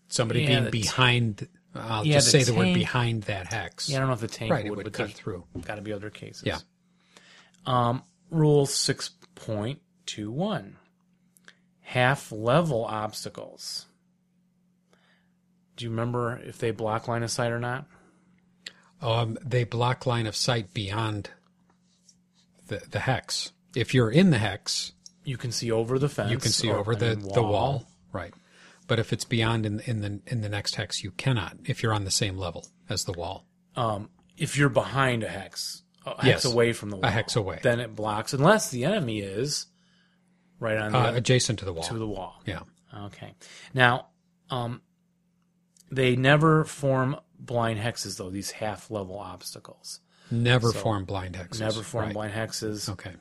[SPEAKER 1] somebody
[SPEAKER 3] Yeah,
[SPEAKER 1] being
[SPEAKER 3] the-
[SPEAKER 1] behind, I'll
[SPEAKER 3] Yeah,
[SPEAKER 1] just
[SPEAKER 3] the
[SPEAKER 1] say the word
[SPEAKER 3] tank-
[SPEAKER 1] behind that hex.
[SPEAKER 3] yeah, I don't know if the tank
[SPEAKER 1] right.
[SPEAKER 3] would,
[SPEAKER 1] It would
[SPEAKER 3] but
[SPEAKER 1] cut
[SPEAKER 3] there's-
[SPEAKER 1] through.
[SPEAKER 3] Got to be other cases.
[SPEAKER 1] Yeah.
[SPEAKER 3] Um, rule 6.21 half level obstacles. Do you remember if they block line of sight or not?
[SPEAKER 1] Um, they block line of sight beyond the the hex. If you're in the hex,
[SPEAKER 3] You can see over the fence.
[SPEAKER 1] you can see
[SPEAKER 3] or-
[SPEAKER 1] over
[SPEAKER 3] I
[SPEAKER 1] the,
[SPEAKER 3] mean,
[SPEAKER 1] the wall. Right. But if it's beyond in, in the in the next hex, you cannot. If you're on the same level as the wall,
[SPEAKER 3] Um, if you're behind a hex, a hex
[SPEAKER 1] Yes.
[SPEAKER 3] away from the wall,
[SPEAKER 1] hex away.
[SPEAKER 3] then it blocks unless the enemy is right on
[SPEAKER 1] uh,
[SPEAKER 3] the,
[SPEAKER 1] adjacent to the wall.
[SPEAKER 3] to the wall.
[SPEAKER 1] yeah.
[SPEAKER 3] Okay. Now, um, they never form blind hexes, though, these half level obstacles.
[SPEAKER 1] Never
[SPEAKER 3] So-
[SPEAKER 1] form blind hexes.
[SPEAKER 3] Never form
[SPEAKER 1] Right. Oh.
[SPEAKER 3] blind hexes,
[SPEAKER 1] Okay.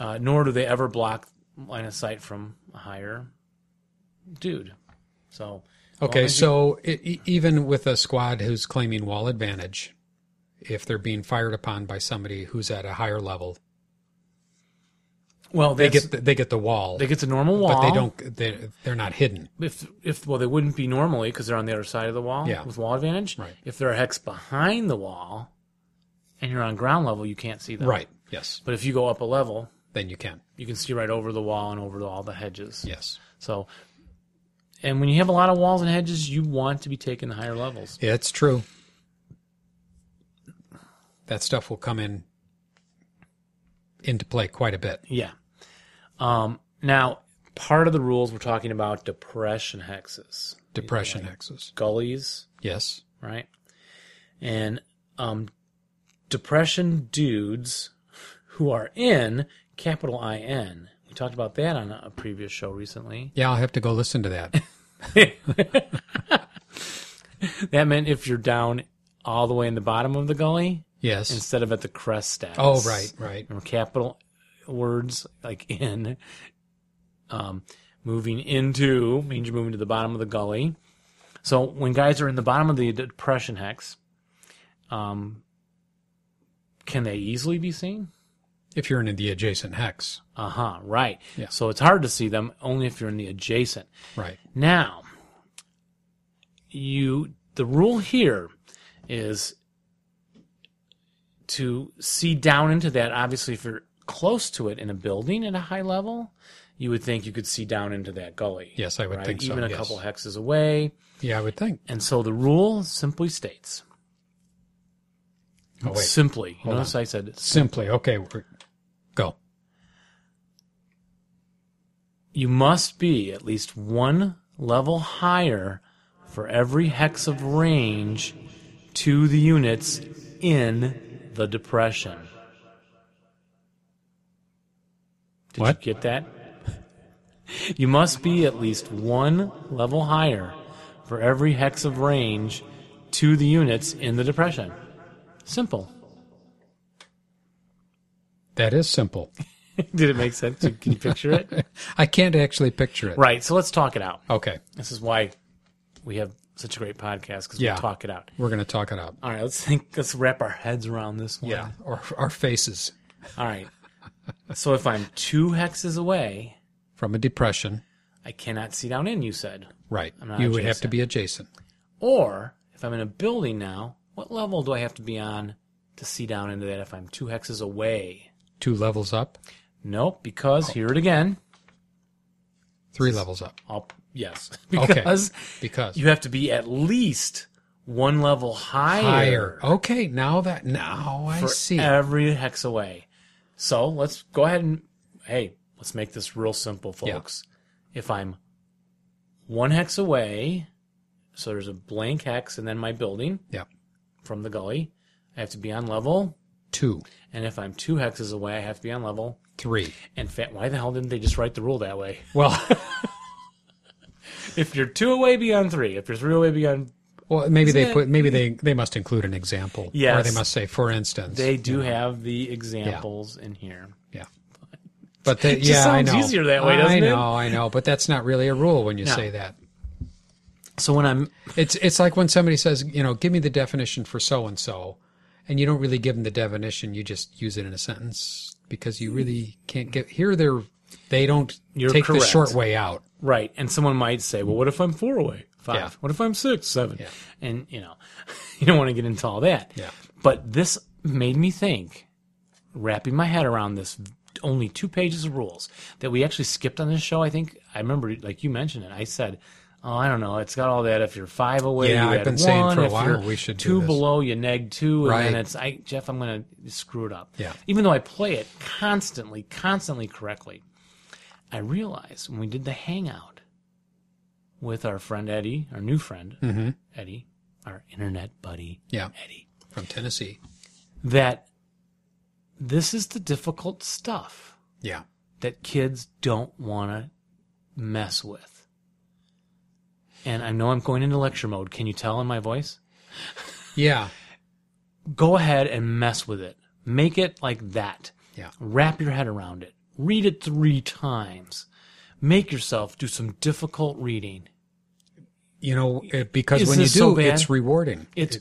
[SPEAKER 3] uh, nor do they ever block line of sight from a higher dude. So,
[SPEAKER 1] Okay,
[SPEAKER 3] as
[SPEAKER 1] so e e- even with a squad who's claiming wall advantage, if they're being fired upon by somebody who's at a higher level,
[SPEAKER 3] well,
[SPEAKER 1] they
[SPEAKER 3] that's-
[SPEAKER 1] get the, they get the wall,
[SPEAKER 3] they get the normal wall,
[SPEAKER 1] but they don't. They they're not hidden.
[SPEAKER 3] If if well, they wouldn't be normally because they're on the other side of the wall
[SPEAKER 1] Yeah.
[SPEAKER 3] with wall advantage.
[SPEAKER 1] Right.
[SPEAKER 3] If they're a hex behind the wall, and you're on ground level, you can't see them.
[SPEAKER 1] Right. Yes.
[SPEAKER 3] But if you go up a level,
[SPEAKER 1] Then you can.
[SPEAKER 3] you can see right over the wall and over all the hedges.
[SPEAKER 1] Yes.
[SPEAKER 3] So, and when you have a lot of walls and hedges, you want to be taking the higher levels.
[SPEAKER 1] It's true. That stuff will come in into play quite a bit.
[SPEAKER 3] Yeah. Um, now, part of the rules we're talking about depression hexes,
[SPEAKER 1] Depression hexes.
[SPEAKER 3] gullies,
[SPEAKER 1] Yes.
[SPEAKER 3] right? And um, depression dudes who are in capital I N. We talked about that on a previous show recently.
[SPEAKER 1] Yeah, I'll have to go listen to that.
[SPEAKER 3] That meant if you're down all the way in the bottom of the gully
[SPEAKER 1] Yes.
[SPEAKER 3] instead of at the crest status.
[SPEAKER 1] Oh, right, right.
[SPEAKER 3] Remember, capital words like in, um, moving into means you're moving to the bottom of the gully. So when guys are in the bottom of the depression hex, um, can they easily be seen?
[SPEAKER 1] If you're in the adjacent hex,
[SPEAKER 3] Uh huh. Right.
[SPEAKER 1] Yeah.
[SPEAKER 3] So it's hard to see them only if you're in the adjacent.
[SPEAKER 1] right?
[SPEAKER 3] Now, you the rule here is to see down into that. Obviously, if you're close to it in a building at a high level, you would think you could see down into that gully.
[SPEAKER 1] Yes, I would
[SPEAKER 3] right?
[SPEAKER 1] think so,
[SPEAKER 3] Even a
[SPEAKER 1] yes.
[SPEAKER 3] couple hexes away.
[SPEAKER 1] Yeah, I would think.
[SPEAKER 3] And so the rule simply states.
[SPEAKER 1] Oh, wait.
[SPEAKER 3] Simply.
[SPEAKER 1] Hold
[SPEAKER 3] Notice
[SPEAKER 1] on.
[SPEAKER 3] I said
[SPEAKER 1] Simply. Okay, we're- go.
[SPEAKER 3] You must be at least one level higher for every hex of range to the units in the depression. Did
[SPEAKER 1] What?
[SPEAKER 3] you get that? You must be at least one level higher for every hex of range to the units in the depression. Simple.
[SPEAKER 1] That is simple.
[SPEAKER 3] Did it make sense? Can you picture it?
[SPEAKER 1] I can't actually picture it.
[SPEAKER 3] Right. So let's talk it out.
[SPEAKER 1] Okay.
[SPEAKER 3] This is why we have such a great podcast because
[SPEAKER 1] Yeah.
[SPEAKER 3] we talk it out.
[SPEAKER 1] We're going to talk it out.
[SPEAKER 3] All right. Let's think. Let's wrap our heads around this one.
[SPEAKER 1] Yeah. Or our faces
[SPEAKER 3] All right. So if I'm two hexes away,
[SPEAKER 1] from a depression.
[SPEAKER 3] I cannot see down in. You said.
[SPEAKER 1] Right.
[SPEAKER 3] I'm not
[SPEAKER 1] You would have to
[SPEAKER 3] adjacent.
[SPEAKER 1] be adjacent.
[SPEAKER 3] Or if I'm in a building now, what level do I have to be on to see down into that? If I'm two hexes away.
[SPEAKER 1] Two levels up,
[SPEAKER 3] Nope. Because hear it again.
[SPEAKER 1] three levels up.
[SPEAKER 3] I'll, yes.
[SPEAKER 1] Okay.
[SPEAKER 3] Because
[SPEAKER 1] Because
[SPEAKER 3] you have to be at least one level higher,
[SPEAKER 1] higher. Okay, now that now I
[SPEAKER 3] for
[SPEAKER 1] see.
[SPEAKER 3] every hex away. So let's go ahead and hey, let's make this real simple,
[SPEAKER 1] Yeah.
[SPEAKER 3] folks. If I'm one hex away, so there's a blank hex and then my building
[SPEAKER 1] Yep.
[SPEAKER 3] from the gully, I have to be on level.
[SPEAKER 1] Two,
[SPEAKER 3] And if I'm two hexes away, I have to be on level.
[SPEAKER 1] three.
[SPEAKER 3] And fa- why the hell didn't they just write the rule that way?
[SPEAKER 1] Well,
[SPEAKER 3] If you're two away, be on three. If you're three away, be on
[SPEAKER 1] well, maybe
[SPEAKER 3] Isn't
[SPEAKER 1] they
[SPEAKER 3] it-
[SPEAKER 1] put maybe they they must include an example. Or
[SPEAKER 3] Yes.
[SPEAKER 1] they must say, for instance.
[SPEAKER 3] They do have the examples in here.
[SPEAKER 1] Yeah. But they,
[SPEAKER 3] just
[SPEAKER 1] yeah, I
[SPEAKER 3] sounds
[SPEAKER 1] know.
[SPEAKER 3] easier that way,
[SPEAKER 1] I
[SPEAKER 3] doesn't it?
[SPEAKER 1] know, I know. But that's not really a rule when you
[SPEAKER 3] No.
[SPEAKER 1] say that.
[SPEAKER 3] So when I'm
[SPEAKER 1] It's it's like when somebody says, you know, give me the definition for so and so, and you don't really give them the definition. You just use it in a sentence because you really can't get here. They're they don't
[SPEAKER 3] You're
[SPEAKER 1] take the
[SPEAKER 3] correct.
[SPEAKER 1] short way out.
[SPEAKER 3] right, and someone might say, "Well, what if I'm four away? Five?
[SPEAKER 1] Yeah.
[SPEAKER 3] What if I'm six, seven?
[SPEAKER 1] Yeah.
[SPEAKER 3] And you know, you don't want to get into all that.
[SPEAKER 1] Yeah.
[SPEAKER 3] But this made me think, wrapping my head around this only two pages of rules that we actually skipped on this show. I think I remember, like you mentioned it. I said. Oh, I don't know. It's got all that. If you're five away,
[SPEAKER 1] Yeah,
[SPEAKER 3] you
[SPEAKER 1] I've
[SPEAKER 3] add
[SPEAKER 1] been saying
[SPEAKER 3] one.
[SPEAKER 1] for a
[SPEAKER 3] If
[SPEAKER 1] while
[SPEAKER 3] you're
[SPEAKER 1] we should do
[SPEAKER 3] two
[SPEAKER 1] this.
[SPEAKER 3] below, you neg two, and then
[SPEAKER 1] Right.
[SPEAKER 3] it's I Jeff. I'm gonna screw it up.
[SPEAKER 1] Yeah.
[SPEAKER 3] Even though I play it constantly, constantly correctly, I realized when we did the hangout with our friend Eddie, our new friend Eddie, our internet buddy
[SPEAKER 1] Mm-hmm. Yeah,
[SPEAKER 3] Eddie,
[SPEAKER 1] from Tennessee.
[SPEAKER 3] that this is the difficult stuff
[SPEAKER 1] Yeah,
[SPEAKER 3] that kids don't want to mess with. And I know I'm going into lecture mode. Can you tell in my voice?
[SPEAKER 1] yeah,
[SPEAKER 3] Go ahead and mess with it. Make it like that.
[SPEAKER 1] yeah.
[SPEAKER 3] Wrap your head around it. Read it three times. Make yourself do some difficult reading.
[SPEAKER 1] You know, it, because
[SPEAKER 3] Is
[SPEAKER 1] when you do,
[SPEAKER 3] this so bad?
[SPEAKER 1] it's rewarding.
[SPEAKER 3] It's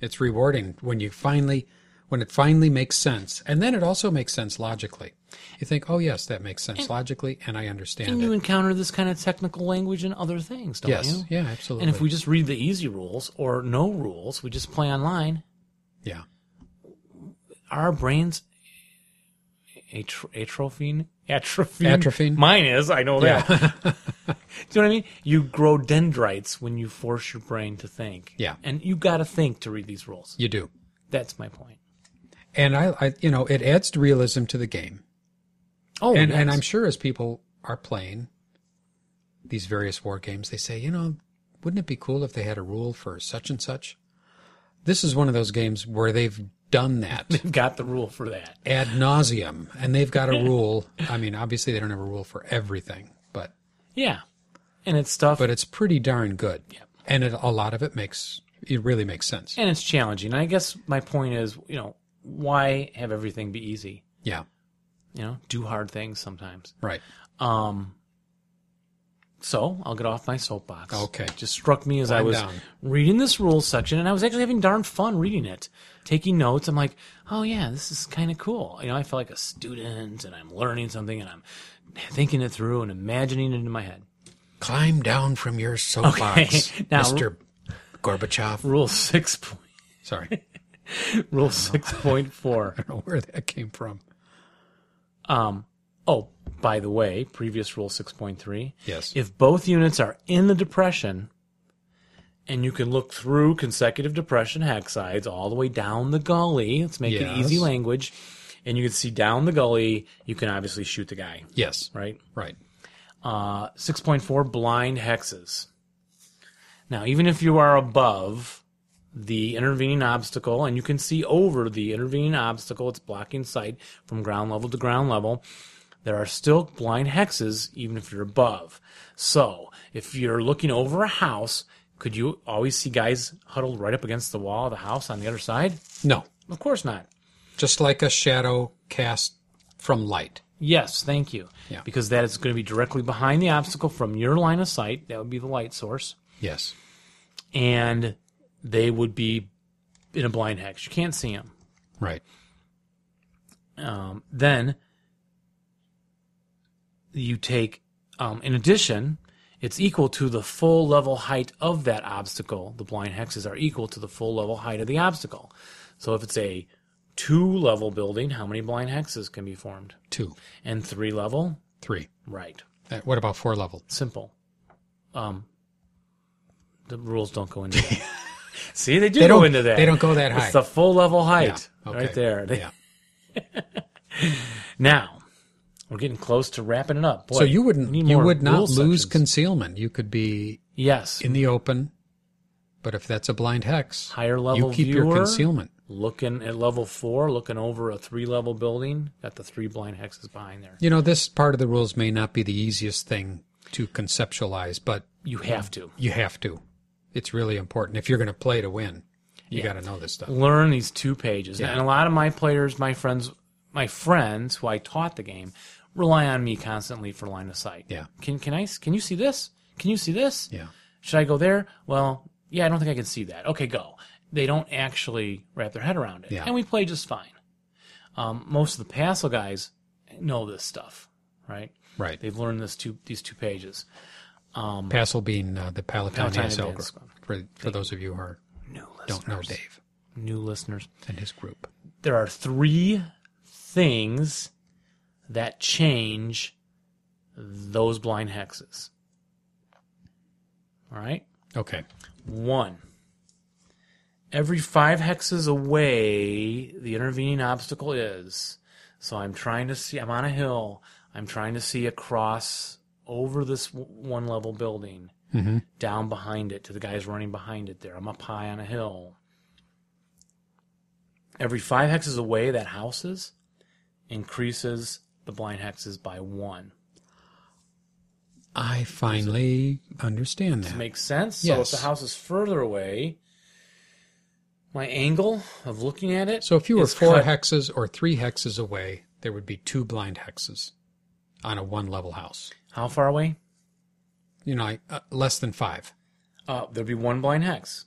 [SPEAKER 1] It's rewarding when you finally when it finally makes sense, and then it also makes sense logically. You think, oh yes, that makes sense logically, and I
[SPEAKER 3] and
[SPEAKER 1] understand
[SPEAKER 3] you
[SPEAKER 1] it.
[SPEAKER 3] encounter this kind of technical language in other things, don't
[SPEAKER 1] Yes,
[SPEAKER 3] you?
[SPEAKER 1] yeah, absolutely.
[SPEAKER 3] And if we just read the easy rules or no rules, we just play online,
[SPEAKER 1] yeah,
[SPEAKER 3] our brains atro- atrophying, atrophying,
[SPEAKER 1] Atrophying?
[SPEAKER 3] Mine is, I know that.
[SPEAKER 1] yeah,
[SPEAKER 3] Do you know what I mean? You grow dendrites when you force your brain to think.
[SPEAKER 1] Yeah.
[SPEAKER 3] And you got to think to read these rules.
[SPEAKER 1] you do.
[SPEAKER 3] That's my point.
[SPEAKER 1] And I, I, you know, it adds to realism to the game.
[SPEAKER 3] Oh,
[SPEAKER 1] and, and
[SPEAKER 3] yes.
[SPEAKER 1] I'm sure as people are playing these various war games, they say, you know, wouldn't it be cool if they had a rule for such and such? This is one of those games where they've done that
[SPEAKER 3] They've got the rule for that.
[SPEAKER 1] ad nauseum, and they've got a rule. I mean, obviously they don't have a rule for everything, but
[SPEAKER 3] Yeah. And it's stuff.
[SPEAKER 1] but it's pretty darn good. And it, a lot of it makes it really makes sense.
[SPEAKER 3] and it's challenging. And I guess my point is, you know, why have everything be easy?
[SPEAKER 1] yeah,
[SPEAKER 3] You know, do hard things sometimes.
[SPEAKER 1] right.
[SPEAKER 3] Um, so I'll get off my soapbox.
[SPEAKER 1] Okay.
[SPEAKER 3] It just struck me as I
[SPEAKER 1] Wind
[SPEAKER 3] was
[SPEAKER 1] down.
[SPEAKER 3] reading this rules section, and I was actually having darn fun reading it, taking notes. I'm like, oh yeah, this is kind of cool. You know, I feel like a student, and I'm learning something, and I'm thinking it through and imagining it in my head.
[SPEAKER 1] Climb down from your soapbox,
[SPEAKER 3] Now-
[SPEAKER 1] Mister Gorbachev.
[SPEAKER 3] Rule six point.
[SPEAKER 1] Sorry, I
[SPEAKER 3] Rule six point four.
[SPEAKER 1] don't know where that came from.
[SPEAKER 3] Um, Oh, by the way, previous rule 6.3.
[SPEAKER 1] Yes.
[SPEAKER 3] If both units are in the depression, and you can look through consecutive depression hexsides all the way down the gully, let's make it easy
[SPEAKER 1] Yes.
[SPEAKER 3] language, and you can see down the gully, you can obviously shoot the guy,
[SPEAKER 1] Yes.
[SPEAKER 3] right?
[SPEAKER 1] Right.
[SPEAKER 3] Uh, 6.4 blind hexes. Now, even if you are above the intervening obstacle and you can see over the intervening obstacle, it's blocking sight from ground level to ground level, there are still blind hexes even if you're above. So, if you're looking over a house, could you always see guys huddled right up against the wall of the house on the other side?
[SPEAKER 1] No.
[SPEAKER 3] Of course not.
[SPEAKER 1] Just like a shadow cast from light.
[SPEAKER 3] Yes, thank you.
[SPEAKER 1] Yeah.
[SPEAKER 3] Because that is going to be directly behind the obstacle from your line of sight. That would be the light source.
[SPEAKER 1] Yes.
[SPEAKER 3] And they would be in a blind hex. You can't see them.
[SPEAKER 1] Right.
[SPEAKER 3] Um, then you take, um, in addition, it's equal to the full level height of that obstacle. The blind hexes are equal to the full level height of the obstacle. So if it's a two level building, how many blind hexes can be formed?
[SPEAKER 1] Two.
[SPEAKER 3] And three level?
[SPEAKER 1] Three.
[SPEAKER 3] Right.
[SPEAKER 1] Uh, what about four level?
[SPEAKER 3] Simple. Um, the rules don't go into that. See, they do
[SPEAKER 1] They
[SPEAKER 3] go
[SPEAKER 1] don't-
[SPEAKER 3] into that.
[SPEAKER 1] they don't go that high.
[SPEAKER 3] It's the full level height
[SPEAKER 1] Yeah, okay.
[SPEAKER 3] right there. They-
[SPEAKER 1] Yeah.
[SPEAKER 3] Now, we're getting close to wrapping it up. Boy,
[SPEAKER 1] so you
[SPEAKER 3] we
[SPEAKER 1] wouldn't
[SPEAKER 3] need
[SPEAKER 1] you
[SPEAKER 3] more
[SPEAKER 1] would
[SPEAKER 3] rule
[SPEAKER 1] not lose
[SPEAKER 3] sections.
[SPEAKER 1] concealment. You could be
[SPEAKER 3] yes.
[SPEAKER 1] in the open, but if that's a blind hex,
[SPEAKER 3] Higher level
[SPEAKER 1] you keep your
[SPEAKER 3] viewer.
[SPEAKER 1] concealment.
[SPEAKER 3] Looking at level four, looking over a three level building, got the three blind hexes behind there.
[SPEAKER 1] You know, this part of the rules may not be the easiest thing to conceptualize, but
[SPEAKER 3] You have to
[SPEAKER 1] you have to. It's really important if you're going to play to win. You got to know this stuff.
[SPEAKER 3] learn these two pages.
[SPEAKER 1] Yeah.
[SPEAKER 3] And a lot of my players, my friends, my friends who I taught the game, rely on me constantly for line of sight.
[SPEAKER 1] Yeah.
[SPEAKER 3] Can can I s- can you see this? Can you see this?
[SPEAKER 1] Yeah.
[SPEAKER 3] Should I go there? Well, yeah, I don't think I can see that. Okay, go. They don't actually wrap their head around it.
[SPEAKER 1] Yeah.
[SPEAKER 3] And we play just fine. Um, most of the Passel guys know this stuff, right?
[SPEAKER 1] Right.
[SPEAKER 3] They've learned this two these two pages.
[SPEAKER 1] Passel being uh, the Palatine
[SPEAKER 3] Palatine
[SPEAKER 1] ASL
[SPEAKER 3] Advanced
[SPEAKER 1] group. For, for those of you who are,
[SPEAKER 3] New listeners.
[SPEAKER 1] don't know Dave
[SPEAKER 3] New listeners.
[SPEAKER 1] and his group.
[SPEAKER 3] there are three things that change those blind hexes. All right.
[SPEAKER 1] Okay.
[SPEAKER 3] One, every five hexes away, the intervening obstacle is. So I'm trying to see, I'm on a hill. I'm trying to see across over this w- one level building, down behind it to the guys running behind it there. I'm up high on a hill. Every five hexes away, that house is increases the blind hexes by one.
[SPEAKER 1] I finally understand that.
[SPEAKER 3] makes sense. So if
[SPEAKER 1] Yes.
[SPEAKER 3] the house is further away, my angle of looking at it.
[SPEAKER 1] so if you were
[SPEAKER 3] is
[SPEAKER 1] four
[SPEAKER 3] cut-
[SPEAKER 1] hexes or three hexes away, there would be two blind hexes on a one level house.
[SPEAKER 3] how far away?
[SPEAKER 1] You know, like, uh, less than five.
[SPEAKER 3] Uh, there'd be one blind hex.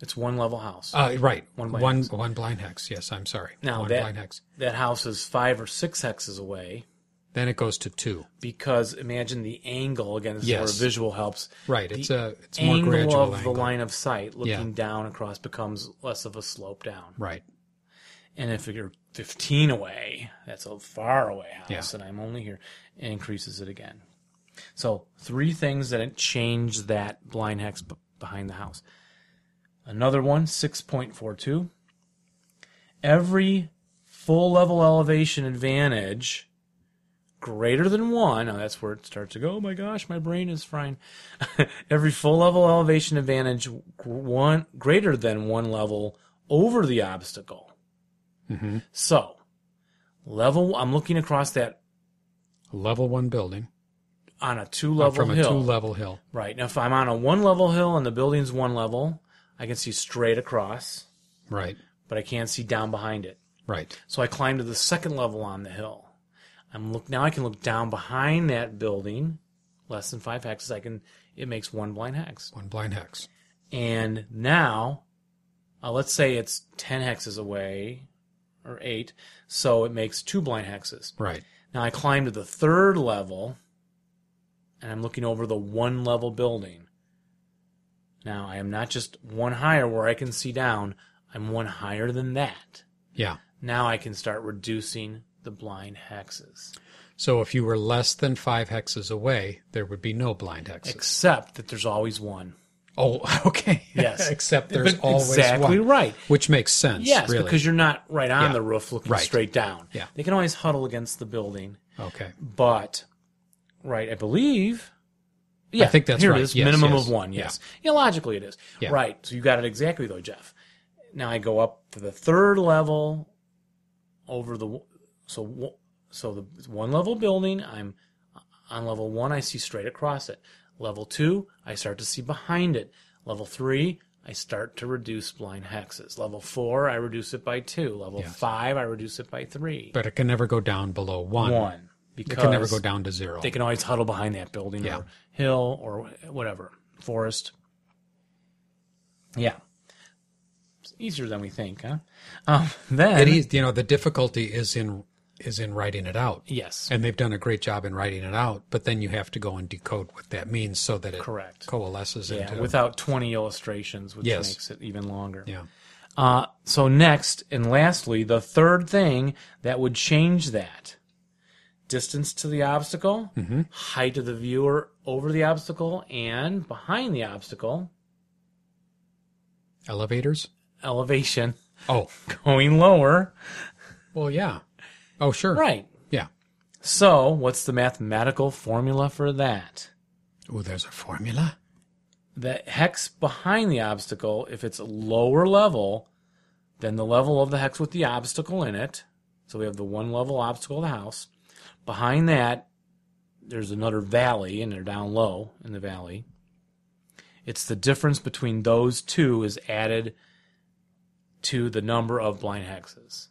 [SPEAKER 3] It's one level house.
[SPEAKER 1] Uh, right. One
[SPEAKER 3] One blind
[SPEAKER 1] one,
[SPEAKER 3] hex.
[SPEAKER 1] blind hex. Yes, I'm sorry.
[SPEAKER 3] now
[SPEAKER 1] one
[SPEAKER 3] that
[SPEAKER 1] blind hex.
[SPEAKER 3] that house is five or six hexes away
[SPEAKER 1] Then it goes to two.
[SPEAKER 3] because imagine the angle again. This is
[SPEAKER 1] Yes.
[SPEAKER 3] where visual helps.
[SPEAKER 1] Right.
[SPEAKER 3] The
[SPEAKER 1] It's a it's more
[SPEAKER 3] angle
[SPEAKER 1] gradual
[SPEAKER 3] of
[SPEAKER 1] angle.
[SPEAKER 3] the line of sight looking
[SPEAKER 1] Yeah.
[SPEAKER 3] down across becomes less of a slope down.
[SPEAKER 1] Right.
[SPEAKER 3] And if you're 15 away, that's a far away house,
[SPEAKER 1] Yeah.
[SPEAKER 3] and I'm only here, it increases it again. So three things that change that blind hex b- behind the house. Another one, 6.42. Every full level elevation advantage greater than one. Now that's where it starts to go. Oh my gosh, my brain is frying. Every full level elevation advantage, gr- one greater than one level over the obstacle. So, level. I'm looking across that
[SPEAKER 1] Level one building
[SPEAKER 3] on a two
[SPEAKER 1] uh,
[SPEAKER 3] level
[SPEAKER 1] from
[SPEAKER 3] hill.
[SPEAKER 1] a two level hill.
[SPEAKER 3] Right. Now, if I'm on a one level hill and the building's one level, I can see straight across,
[SPEAKER 1] Right.
[SPEAKER 3] but I can't see down behind it.
[SPEAKER 1] Right.
[SPEAKER 3] So I climb to the second level on the hill. I'm look now. I can look down behind that building, less than five hexes. I can. It makes one blind hex.
[SPEAKER 1] One blind hex.
[SPEAKER 3] And now, uh, let's say it's ten hexes away, or eight. So it makes two blind hexes.
[SPEAKER 1] Right.
[SPEAKER 3] Now I climb to the third level, and I'm looking over the one level building. Now I am not just one higher where I can see down, I'm one higher than that.
[SPEAKER 1] Yeah.
[SPEAKER 3] Now I can start reducing the blind hexes.
[SPEAKER 1] So if you were less than five hexes away, there would be no blind hexes.
[SPEAKER 3] Except that there's always one.
[SPEAKER 1] Oh, okay.
[SPEAKER 3] Yes.
[SPEAKER 1] Except there's
[SPEAKER 3] But
[SPEAKER 1] always
[SPEAKER 3] exactly
[SPEAKER 1] one.
[SPEAKER 3] right.
[SPEAKER 1] Which makes sense.
[SPEAKER 3] Yes,
[SPEAKER 1] really.
[SPEAKER 3] because you're not right on
[SPEAKER 1] Yeah.
[SPEAKER 3] the roof looking
[SPEAKER 1] Right.
[SPEAKER 3] straight down.
[SPEAKER 1] Yeah.
[SPEAKER 3] They can always huddle against the building.
[SPEAKER 1] okay.
[SPEAKER 3] But, right, I believe. Yeah,
[SPEAKER 1] think that's
[SPEAKER 3] here
[SPEAKER 1] right.
[SPEAKER 3] it is.
[SPEAKER 1] Yes,
[SPEAKER 3] minimum
[SPEAKER 1] yes.
[SPEAKER 3] of one,
[SPEAKER 1] Yeah.
[SPEAKER 3] yes. Yeah. logically it is.
[SPEAKER 1] Yeah.
[SPEAKER 3] Right, so you got it exactly, though, Jeff. Now I go up to the third level over the. w- So, w- so the one level building, I'm on level one, I see straight across it. Level two, I start to see behind it. Level three, I start to reduce blind hexes. Level four, I reduce it by two. Level
[SPEAKER 1] Yes.
[SPEAKER 3] five, I reduce it by three.
[SPEAKER 1] But it can never go down below one.
[SPEAKER 3] one,
[SPEAKER 1] It
[SPEAKER 3] because
[SPEAKER 1] can never go down to zero.
[SPEAKER 3] They can always huddle behind that building
[SPEAKER 1] Yeah.
[SPEAKER 3] or hill or whatever forest. Yeah, it's easier than we think, huh? Um, then
[SPEAKER 1] It is, you know, the difficulty is in is in writing it out.
[SPEAKER 3] yes,
[SPEAKER 1] And they've done a great job in writing it out, but then you have to go and decode what that means so that it
[SPEAKER 3] Correct.
[SPEAKER 1] coalesces
[SPEAKER 3] yeah,
[SPEAKER 1] into
[SPEAKER 3] without twenty illustrations, which
[SPEAKER 1] Yes.
[SPEAKER 3] makes it even longer.
[SPEAKER 1] yeah.
[SPEAKER 3] Uh, so next and lastly, the third thing that would change that distance to the obstacle,
[SPEAKER 1] Mm-hmm.
[SPEAKER 3] height of the viewer over the obstacle and behind the obstacle,
[SPEAKER 1] Elevators?
[SPEAKER 3] elevation
[SPEAKER 1] Oh.
[SPEAKER 3] going lower.
[SPEAKER 1] Well yeah. Oh sure.
[SPEAKER 3] Right.
[SPEAKER 1] Yeah.
[SPEAKER 3] So what's the mathematical formula for that?
[SPEAKER 1] Oh, there's a formula.
[SPEAKER 3] The hex behind the obstacle, if it's lower level than the level of the hex with the obstacle in it, so we have the one level obstacle of the house. Behind that, there's another valley, and they're down low in the valley. It's the difference between those two is added to the number of blind hexes.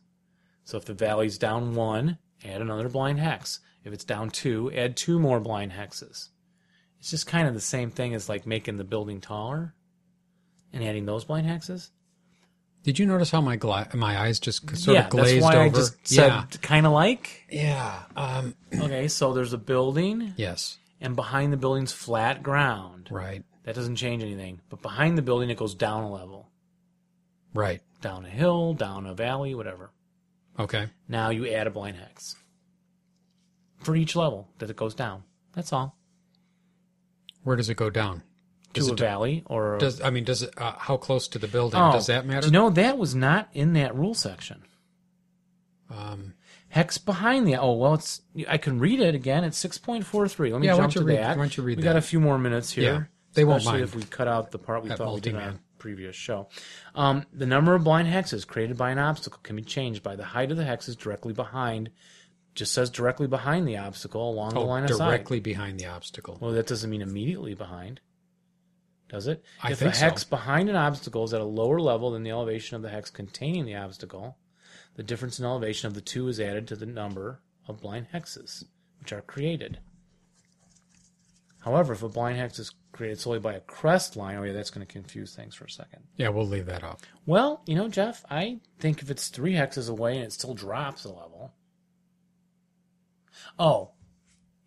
[SPEAKER 3] So if the valley's down one, add another blind hex. If it's down two, add two more blind hexes. It's just kind of the same thing as like making the building taller and adding those blind hexes.
[SPEAKER 1] Did you notice how my gla- my eyes just sort
[SPEAKER 3] yeah,
[SPEAKER 1] of glazed
[SPEAKER 3] that's why
[SPEAKER 1] over?
[SPEAKER 3] I just
[SPEAKER 1] yeah.
[SPEAKER 3] said kind of like.
[SPEAKER 1] Yeah. Um,
[SPEAKER 3] Okay, so there's a building,
[SPEAKER 1] yes.
[SPEAKER 3] and behind the building's flat ground.
[SPEAKER 1] Right.
[SPEAKER 3] That doesn't change anything. But behind the building, it goes down a level,
[SPEAKER 1] Right.
[SPEAKER 3] down a hill, down a valley, whatever.
[SPEAKER 1] Okay.
[SPEAKER 3] Now you add a blind hex for each level that it goes down. That's all.
[SPEAKER 1] Where does it go down?
[SPEAKER 3] To
[SPEAKER 1] Does
[SPEAKER 3] a
[SPEAKER 1] it-
[SPEAKER 3] valley or a-
[SPEAKER 1] Does I mean does it uh, how close to the building
[SPEAKER 3] Oh,
[SPEAKER 1] does that matter?
[SPEAKER 3] do You know that was not in that rule section.
[SPEAKER 1] um,
[SPEAKER 3] Hex behind the oh well it's I can read it again. It's six point four three. Let me
[SPEAKER 1] Yeah, why
[SPEAKER 3] jump
[SPEAKER 1] don't you
[SPEAKER 3] to
[SPEAKER 1] read-
[SPEAKER 3] that.
[SPEAKER 1] why don't you read
[SPEAKER 3] we
[SPEAKER 1] that?
[SPEAKER 3] got a few more minutes here.
[SPEAKER 1] Yeah, they won't
[SPEAKER 3] especially
[SPEAKER 1] mind
[SPEAKER 3] if we cut out the part we
[SPEAKER 1] that
[SPEAKER 3] thought we did on
[SPEAKER 1] multi-man.
[SPEAKER 3] our previous show. Um, the number of blind hexes created by an obstacle can be changed by the height of the hexes directly behind. Just says directly behind the obstacle along the
[SPEAKER 1] oh,
[SPEAKER 3] line of sight.
[SPEAKER 1] directly behind the obstacle.
[SPEAKER 3] Well, that doesn't mean immediately behind, does it?
[SPEAKER 1] I
[SPEAKER 3] if
[SPEAKER 1] think
[SPEAKER 3] a
[SPEAKER 1] so.
[SPEAKER 3] hex behind an obstacle is at a lower level than the elevation of the hex containing the obstacle, the difference in elevation of the two is added to the number of blind hexes which are created. However, if a blind hex is created solely by a crest line, oh yeah, that's going to confuse things for a second.
[SPEAKER 1] yeah, we'll leave that up.
[SPEAKER 3] Well, you know, Jeff, I think if it's three hexes away and it still drops a level. Oh,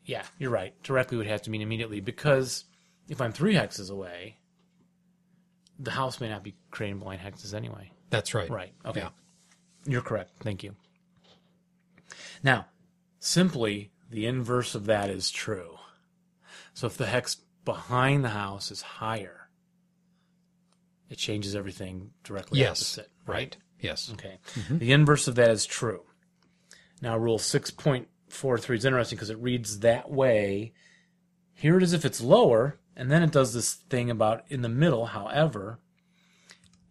[SPEAKER 3] yeah, you're right. Directly would have to mean immediately because if I'm three hexes away, the house may not be creating blind hexes anyway.
[SPEAKER 1] That's right.
[SPEAKER 3] Right, okay.
[SPEAKER 1] Yeah.
[SPEAKER 3] You're correct. Thank you. Now, simply the inverse of that is true. So if the hex behind the house is higher, it changes everything directly
[SPEAKER 1] Yes.
[SPEAKER 3] opposite.
[SPEAKER 1] Right. Yes.
[SPEAKER 3] Okay. The inverse of that is true. Now, rule 6.43 is interesting because it reads that way. Here it is if it's lower, and then it does this thing about in the middle, however,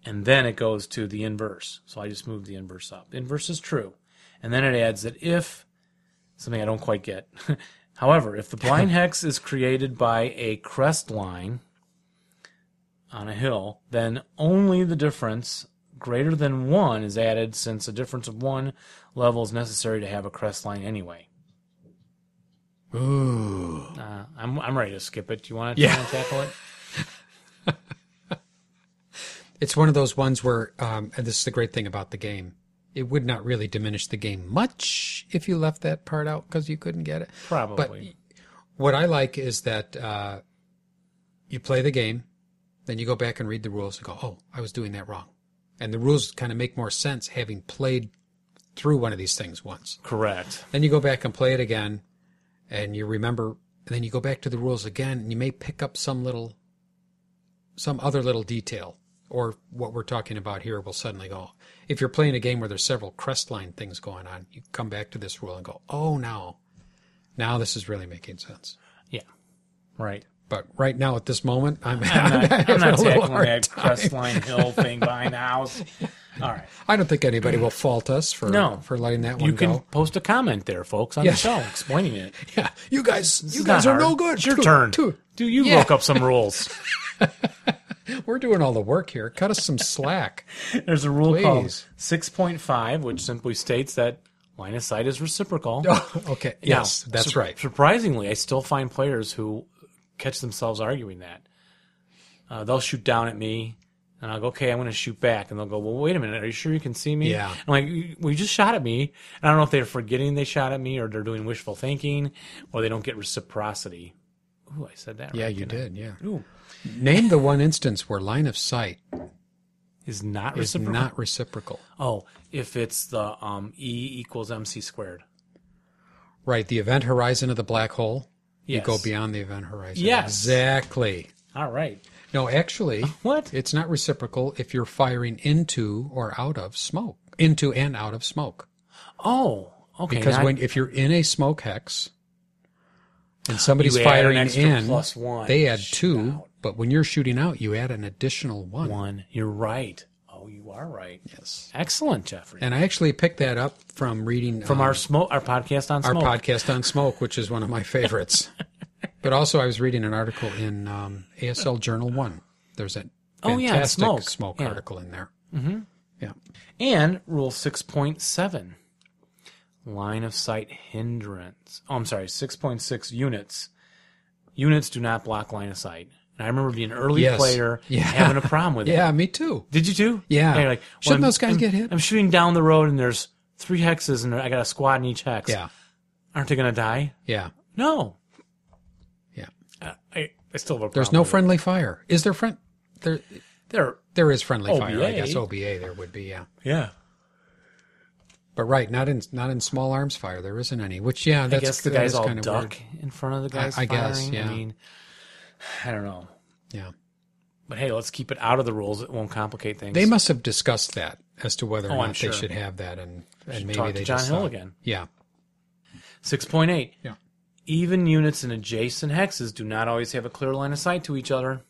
[SPEAKER 3] and then it goes to the inverse. So I just moved the inverse up. Inverse is true. And then it adds that if something I don't quite get. however, if the blind hex is created by a crest line, on a hill, then only the difference greater than 1 is added since a difference of 1 level is necessary to have a crest line anyway.
[SPEAKER 1] Ooh.
[SPEAKER 3] Uh, I'm, I'm ready to skip it. Do you want to
[SPEAKER 1] Yeah.
[SPEAKER 3] try and tackle it?
[SPEAKER 1] It's one of those ones where, um, and this is the great thing about the game. It would not really diminish the game much if you left that part out because you couldn't get it.
[SPEAKER 3] Probably.
[SPEAKER 1] But what I like is that uh, you play the game, then you go back and read the rules and go, "Oh, I was doing that wrong," and the rules kind of make more sense having played through one of these things once.
[SPEAKER 3] Correct.
[SPEAKER 1] Then you go back and play it again, and you remember, and then you go back to the rules again, and you may pick up some little, some other little detail, or what we're talking about here will suddenly go. If you're playing a game where there's several crestline things going on, you come back to this rule and go, oh, now, now this is really making sense.
[SPEAKER 3] Yeah, right.
[SPEAKER 1] But right now, at this moment, I'm,
[SPEAKER 3] I'm not, I'm
[SPEAKER 1] having
[SPEAKER 3] not
[SPEAKER 1] a little
[SPEAKER 3] tackling
[SPEAKER 1] hard
[SPEAKER 3] that
[SPEAKER 1] time.
[SPEAKER 3] crestline hill thing behind the house. All right.
[SPEAKER 1] I don't think anybody will fault us for
[SPEAKER 3] No.
[SPEAKER 1] for letting that one
[SPEAKER 3] You can
[SPEAKER 1] go.
[SPEAKER 3] post a comment there, folks, on
[SPEAKER 1] Yeah.
[SPEAKER 3] the show explaining it.
[SPEAKER 1] Yeah, you guys,
[SPEAKER 3] This
[SPEAKER 1] you
[SPEAKER 3] is
[SPEAKER 1] guys
[SPEAKER 3] not
[SPEAKER 1] are no
[SPEAKER 3] hard.
[SPEAKER 1] good.
[SPEAKER 3] It's your
[SPEAKER 1] Two-
[SPEAKER 3] turn.
[SPEAKER 1] two.
[SPEAKER 3] Do you
[SPEAKER 1] Yeah.
[SPEAKER 3] look up some rules?
[SPEAKER 1] We're doing all the work here. Cut us some slack.
[SPEAKER 3] There's a rule called
[SPEAKER 1] Please.
[SPEAKER 3] 6.5, which simply states that line of sight is reciprocal.
[SPEAKER 1] okay.
[SPEAKER 3] Now,
[SPEAKER 1] Yes, that's
[SPEAKER 3] sur-
[SPEAKER 1] right.
[SPEAKER 3] Surprisingly, I still find players who catch themselves arguing that. Uh, they'll shoot down at me, and I'll go, okay, I'm going to shoot back. And they'll go, well, wait a minute, are you sure you can see me?
[SPEAKER 1] Yeah.
[SPEAKER 3] I'm like, "You- well, you just shot at me. And I don't know if they're forgetting they shot at me, or they're doing wishful thinking, or they don't get reciprocity. Ooh, I said that
[SPEAKER 1] Yeah,
[SPEAKER 3] right,
[SPEAKER 1] you
[SPEAKER 3] didn't I?
[SPEAKER 1] did. Yeah.
[SPEAKER 3] Ooh.
[SPEAKER 1] Name the one instance where line of sight
[SPEAKER 3] Is not
[SPEAKER 1] is
[SPEAKER 3] reciprocal.
[SPEAKER 1] not reciprocal.
[SPEAKER 3] oh, if it's the um, E equals MC squared.
[SPEAKER 1] Right. The event horizon of the black hole.
[SPEAKER 3] Yes.
[SPEAKER 1] You go beyond the event horizon.
[SPEAKER 3] Yes.
[SPEAKER 1] Exactly.
[SPEAKER 3] All right.
[SPEAKER 1] No, actually,
[SPEAKER 3] What?
[SPEAKER 1] it's not reciprocal if you're firing into or out of smoke, into and out of smoke.
[SPEAKER 3] Oh, okay.
[SPEAKER 1] Because
[SPEAKER 3] now-
[SPEAKER 1] when if you're in a smoke hex and somebody's
[SPEAKER 3] You add an
[SPEAKER 1] firing
[SPEAKER 3] extra
[SPEAKER 1] in,
[SPEAKER 3] plus one
[SPEAKER 1] they
[SPEAKER 3] to
[SPEAKER 1] add
[SPEAKER 3] shoot
[SPEAKER 1] two.
[SPEAKER 3] out.
[SPEAKER 1] But when you're shooting out, you add an additional one.
[SPEAKER 3] one, you're right. Oh, you are right.
[SPEAKER 1] Yes.
[SPEAKER 3] Excellent, Jeffrey.
[SPEAKER 1] And I actually picked that up from reading
[SPEAKER 3] From
[SPEAKER 1] um,
[SPEAKER 3] our smoke, our podcast on
[SPEAKER 1] our
[SPEAKER 3] smoke.
[SPEAKER 1] podcast on smoke, which is one of my favorites. but also, I was reading an article in um, ASL Journal One. There's a
[SPEAKER 3] Oh, yeah,
[SPEAKER 1] fantastic
[SPEAKER 3] smoke.
[SPEAKER 1] smoke
[SPEAKER 3] Yeah.
[SPEAKER 1] article in there. Mm-hmm. Yeah.
[SPEAKER 3] and rule six point seven, line of sight hindrance. Oh, I'm sorry, six point six units. Units do not block line of sight. And I remember being an early
[SPEAKER 1] Yes.
[SPEAKER 3] player and
[SPEAKER 1] Yeah.
[SPEAKER 3] having a problem with it.
[SPEAKER 1] Yeah, me too.
[SPEAKER 3] Did you too?
[SPEAKER 1] Yeah.
[SPEAKER 3] And you're like,
[SPEAKER 1] Shouldn't
[SPEAKER 3] I'm-
[SPEAKER 1] those guys
[SPEAKER 3] I'm-
[SPEAKER 1] get hit?
[SPEAKER 3] I'm shooting down the road and there's three hexes and I got a squad in each hex.
[SPEAKER 1] Yeah.
[SPEAKER 3] Aren't they going to die?
[SPEAKER 1] Yeah.
[SPEAKER 3] No.
[SPEAKER 1] Yeah.
[SPEAKER 3] I, I I still have a problem.
[SPEAKER 1] There's no
[SPEAKER 3] with it.
[SPEAKER 1] friendly fire. Is there friend? There,
[SPEAKER 3] There.
[SPEAKER 1] there is friendly fire. I
[SPEAKER 3] OBA.
[SPEAKER 1] guess OBA there would be. Yeah.
[SPEAKER 3] Yeah.
[SPEAKER 1] But right, not in not in small arms fire. There isn't any. Which yeah,
[SPEAKER 3] I
[SPEAKER 1] that's
[SPEAKER 3] guess the
[SPEAKER 1] that
[SPEAKER 3] guys
[SPEAKER 1] is
[SPEAKER 3] all
[SPEAKER 1] kind of
[SPEAKER 3] duck
[SPEAKER 1] weird.
[SPEAKER 3] in front of the guys.
[SPEAKER 1] I guess,
[SPEAKER 3] firing.
[SPEAKER 1] yeah.
[SPEAKER 3] I mean, I don't know.
[SPEAKER 1] Yeah.
[SPEAKER 3] But hey, let's keep it out of the rules. It won't complicate things.
[SPEAKER 1] They must have discussed that as to whether or
[SPEAKER 3] Oh,
[SPEAKER 1] not
[SPEAKER 3] I'm sure.
[SPEAKER 1] they should have that, and and maybe
[SPEAKER 3] talk to
[SPEAKER 1] they
[SPEAKER 3] John
[SPEAKER 1] just
[SPEAKER 3] Hill
[SPEAKER 1] thought-
[SPEAKER 3] again.
[SPEAKER 1] Yeah.
[SPEAKER 3] Six point eight.
[SPEAKER 1] Yeah.
[SPEAKER 3] Even units in adjacent hexes do not always have a clear line of sight to each other.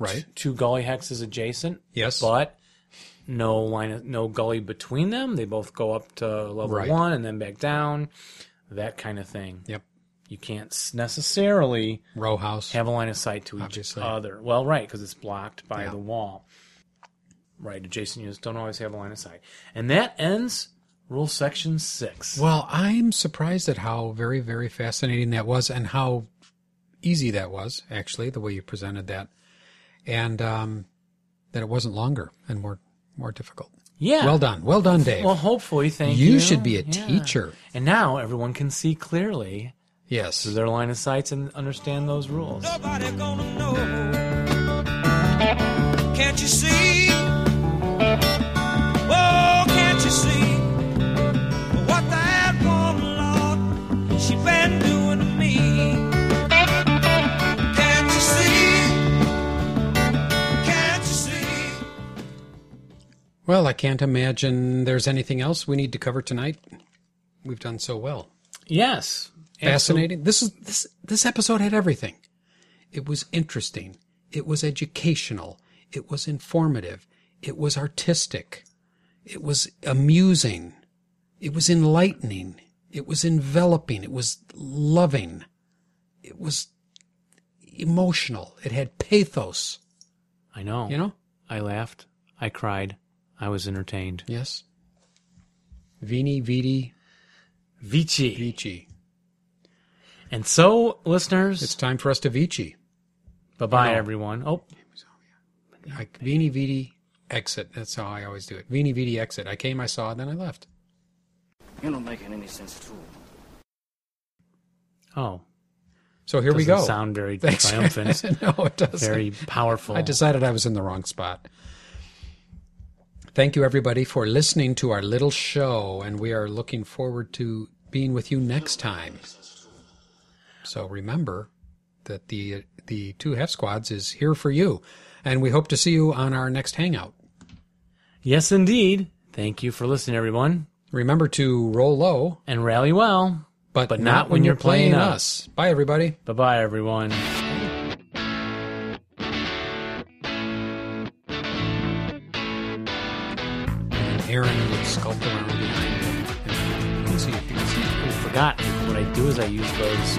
[SPEAKER 1] Right.
[SPEAKER 3] Two gully hexes adjacent,
[SPEAKER 1] Yes.
[SPEAKER 3] but no line, of, no gully between them. They both go up to level
[SPEAKER 1] Right.
[SPEAKER 3] one and then back down. That kind of thing.
[SPEAKER 1] Yep.
[SPEAKER 3] You can't s- necessarily
[SPEAKER 1] Row house.
[SPEAKER 3] have a line of sight to each
[SPEAKER 1] Obviously.
[SPEAKER 3] other. Well, right, because it's blocked by
[SPEAKER 1] Yeah.
[SPEAKER 3] the wall. Right, adjacent units don't always have a line of sight. And that ends rule section six.
[SPEAKER 1] Well, I'm surprised at how very, very fascinating that was and how easy that was, actually, the way you presented that. And um, that it wasn't longer and more more difficult.
[SPEAKER 3] yeah.
[SPEAKER 1] Well done. Well done, Dave.
[SPEAKER 3] Well, hopefully, thank you.
[SPEAKER 1] You should be a teacher.
[SPEAKER 3] And now everyone can see clearly
[SPEAKER 1] yes.
[SPEAKER 3] their line of sights and understand those rules.
[SPEAKER 10] Nobody gonna know. Can't you see? Oh, can't you see what that woman, Lord, she been doing to me? Can't you see? Can't you see?
[SPEAKER 1] Well, I can't imagine there's anything else we need to cover tonight. We've done so well.
[SPEAKER 3] Yes. And so-
[SPEAKER 1] Fascinating. This is this this episode had everything. It was interesting. It was educational. It was informative. It was artistic. It was amusing. It was enlightening. It was enveloping. It was loving. It was emotional. It had pathos.
[SPEAKER 3] I know.
[SPEAKER 1] You know?
[SPEAKER 3] I laughed. I cried. I was entertained.
[SPEAKER 1] Yes. Vini Vidi
[SPEAKER 3] Vici.
[SPEAKER 1] Vici.
[SPEAKER 3] And so, listeners,
[SPEAKER 1] It's time for us to Vici.
[SPEAKER 3] bye bye,
[SPEAKER 1] No.
[SPEAKER 3] everyone. Oh,
[SPEAKER 1] I, Vini Vidi exit. That's how I always do it. Vini Vidi exit. I came, I saw, then I left.
[SPEAKER 11] You don't make any sense at all.
[SPEAKER 3] oh.
[SPEAKER 1] So here we
[SPEAKER 3] Doesn't
[SPEAKER 1] go.
[SPEAKER 3] sound very
[SPEAKER 1] Thanks.
[SPEAKER 3] triumphant.
[SPEAKER 1] no, it doesn't.
[SPEAKER 3] very powerful.
[SPEAKER 1] I decided I was in the wrong spot. Thank you, everybody, for listening to our little show, and we are looking forward to being with you next time. So remember that the the two F squads is here for you, and we hope to see you on our next hangout.
[SPEAKER 3] Yes, indeed. Thank you for listening, everyone.
[SPEAKER 1] Remember to roll low
[SPEAKER 3] and rally well,
[SPEAKER 1] but, but not, not when, when you're playing, playing us. us. Bye, everybody.
[SPEAKER 3] Bye, bye, everyone.
[SPEAKER 1] Aaron would sculpt around behind him. And see if you can see.
[SPEAKER 3] I forgot. What I do is I use those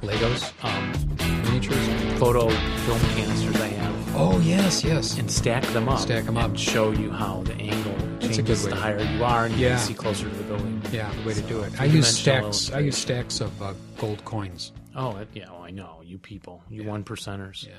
[SPEAKER 1] Legos,
[SPEAKER 3] um, miniatures, photo film canisters I have.
[SPEAKER 1] Oh yes, yes.
[SPEAKER 3] And stack them up.
[SPEAKER 1] Stack them up.
[SPEAKER 3] show you how the angle
[SPEAKER 1] That's
[SPEAKER 3] changes
[SPEAKER 1] the
[SPEAKER 3] higher you are, and you
[SPEAKER 1] yeah.
[SPEAKER 3] can see closer to the building.
[SPEAKER 1] Yeah, the way so, to do it. I use stacks. I use stacks of uh, gold coins.
[SPEAKER 3] Oh it, yeah, well, I know you people, you one yeah. percenters.
[SPEAKER 1] Yeah.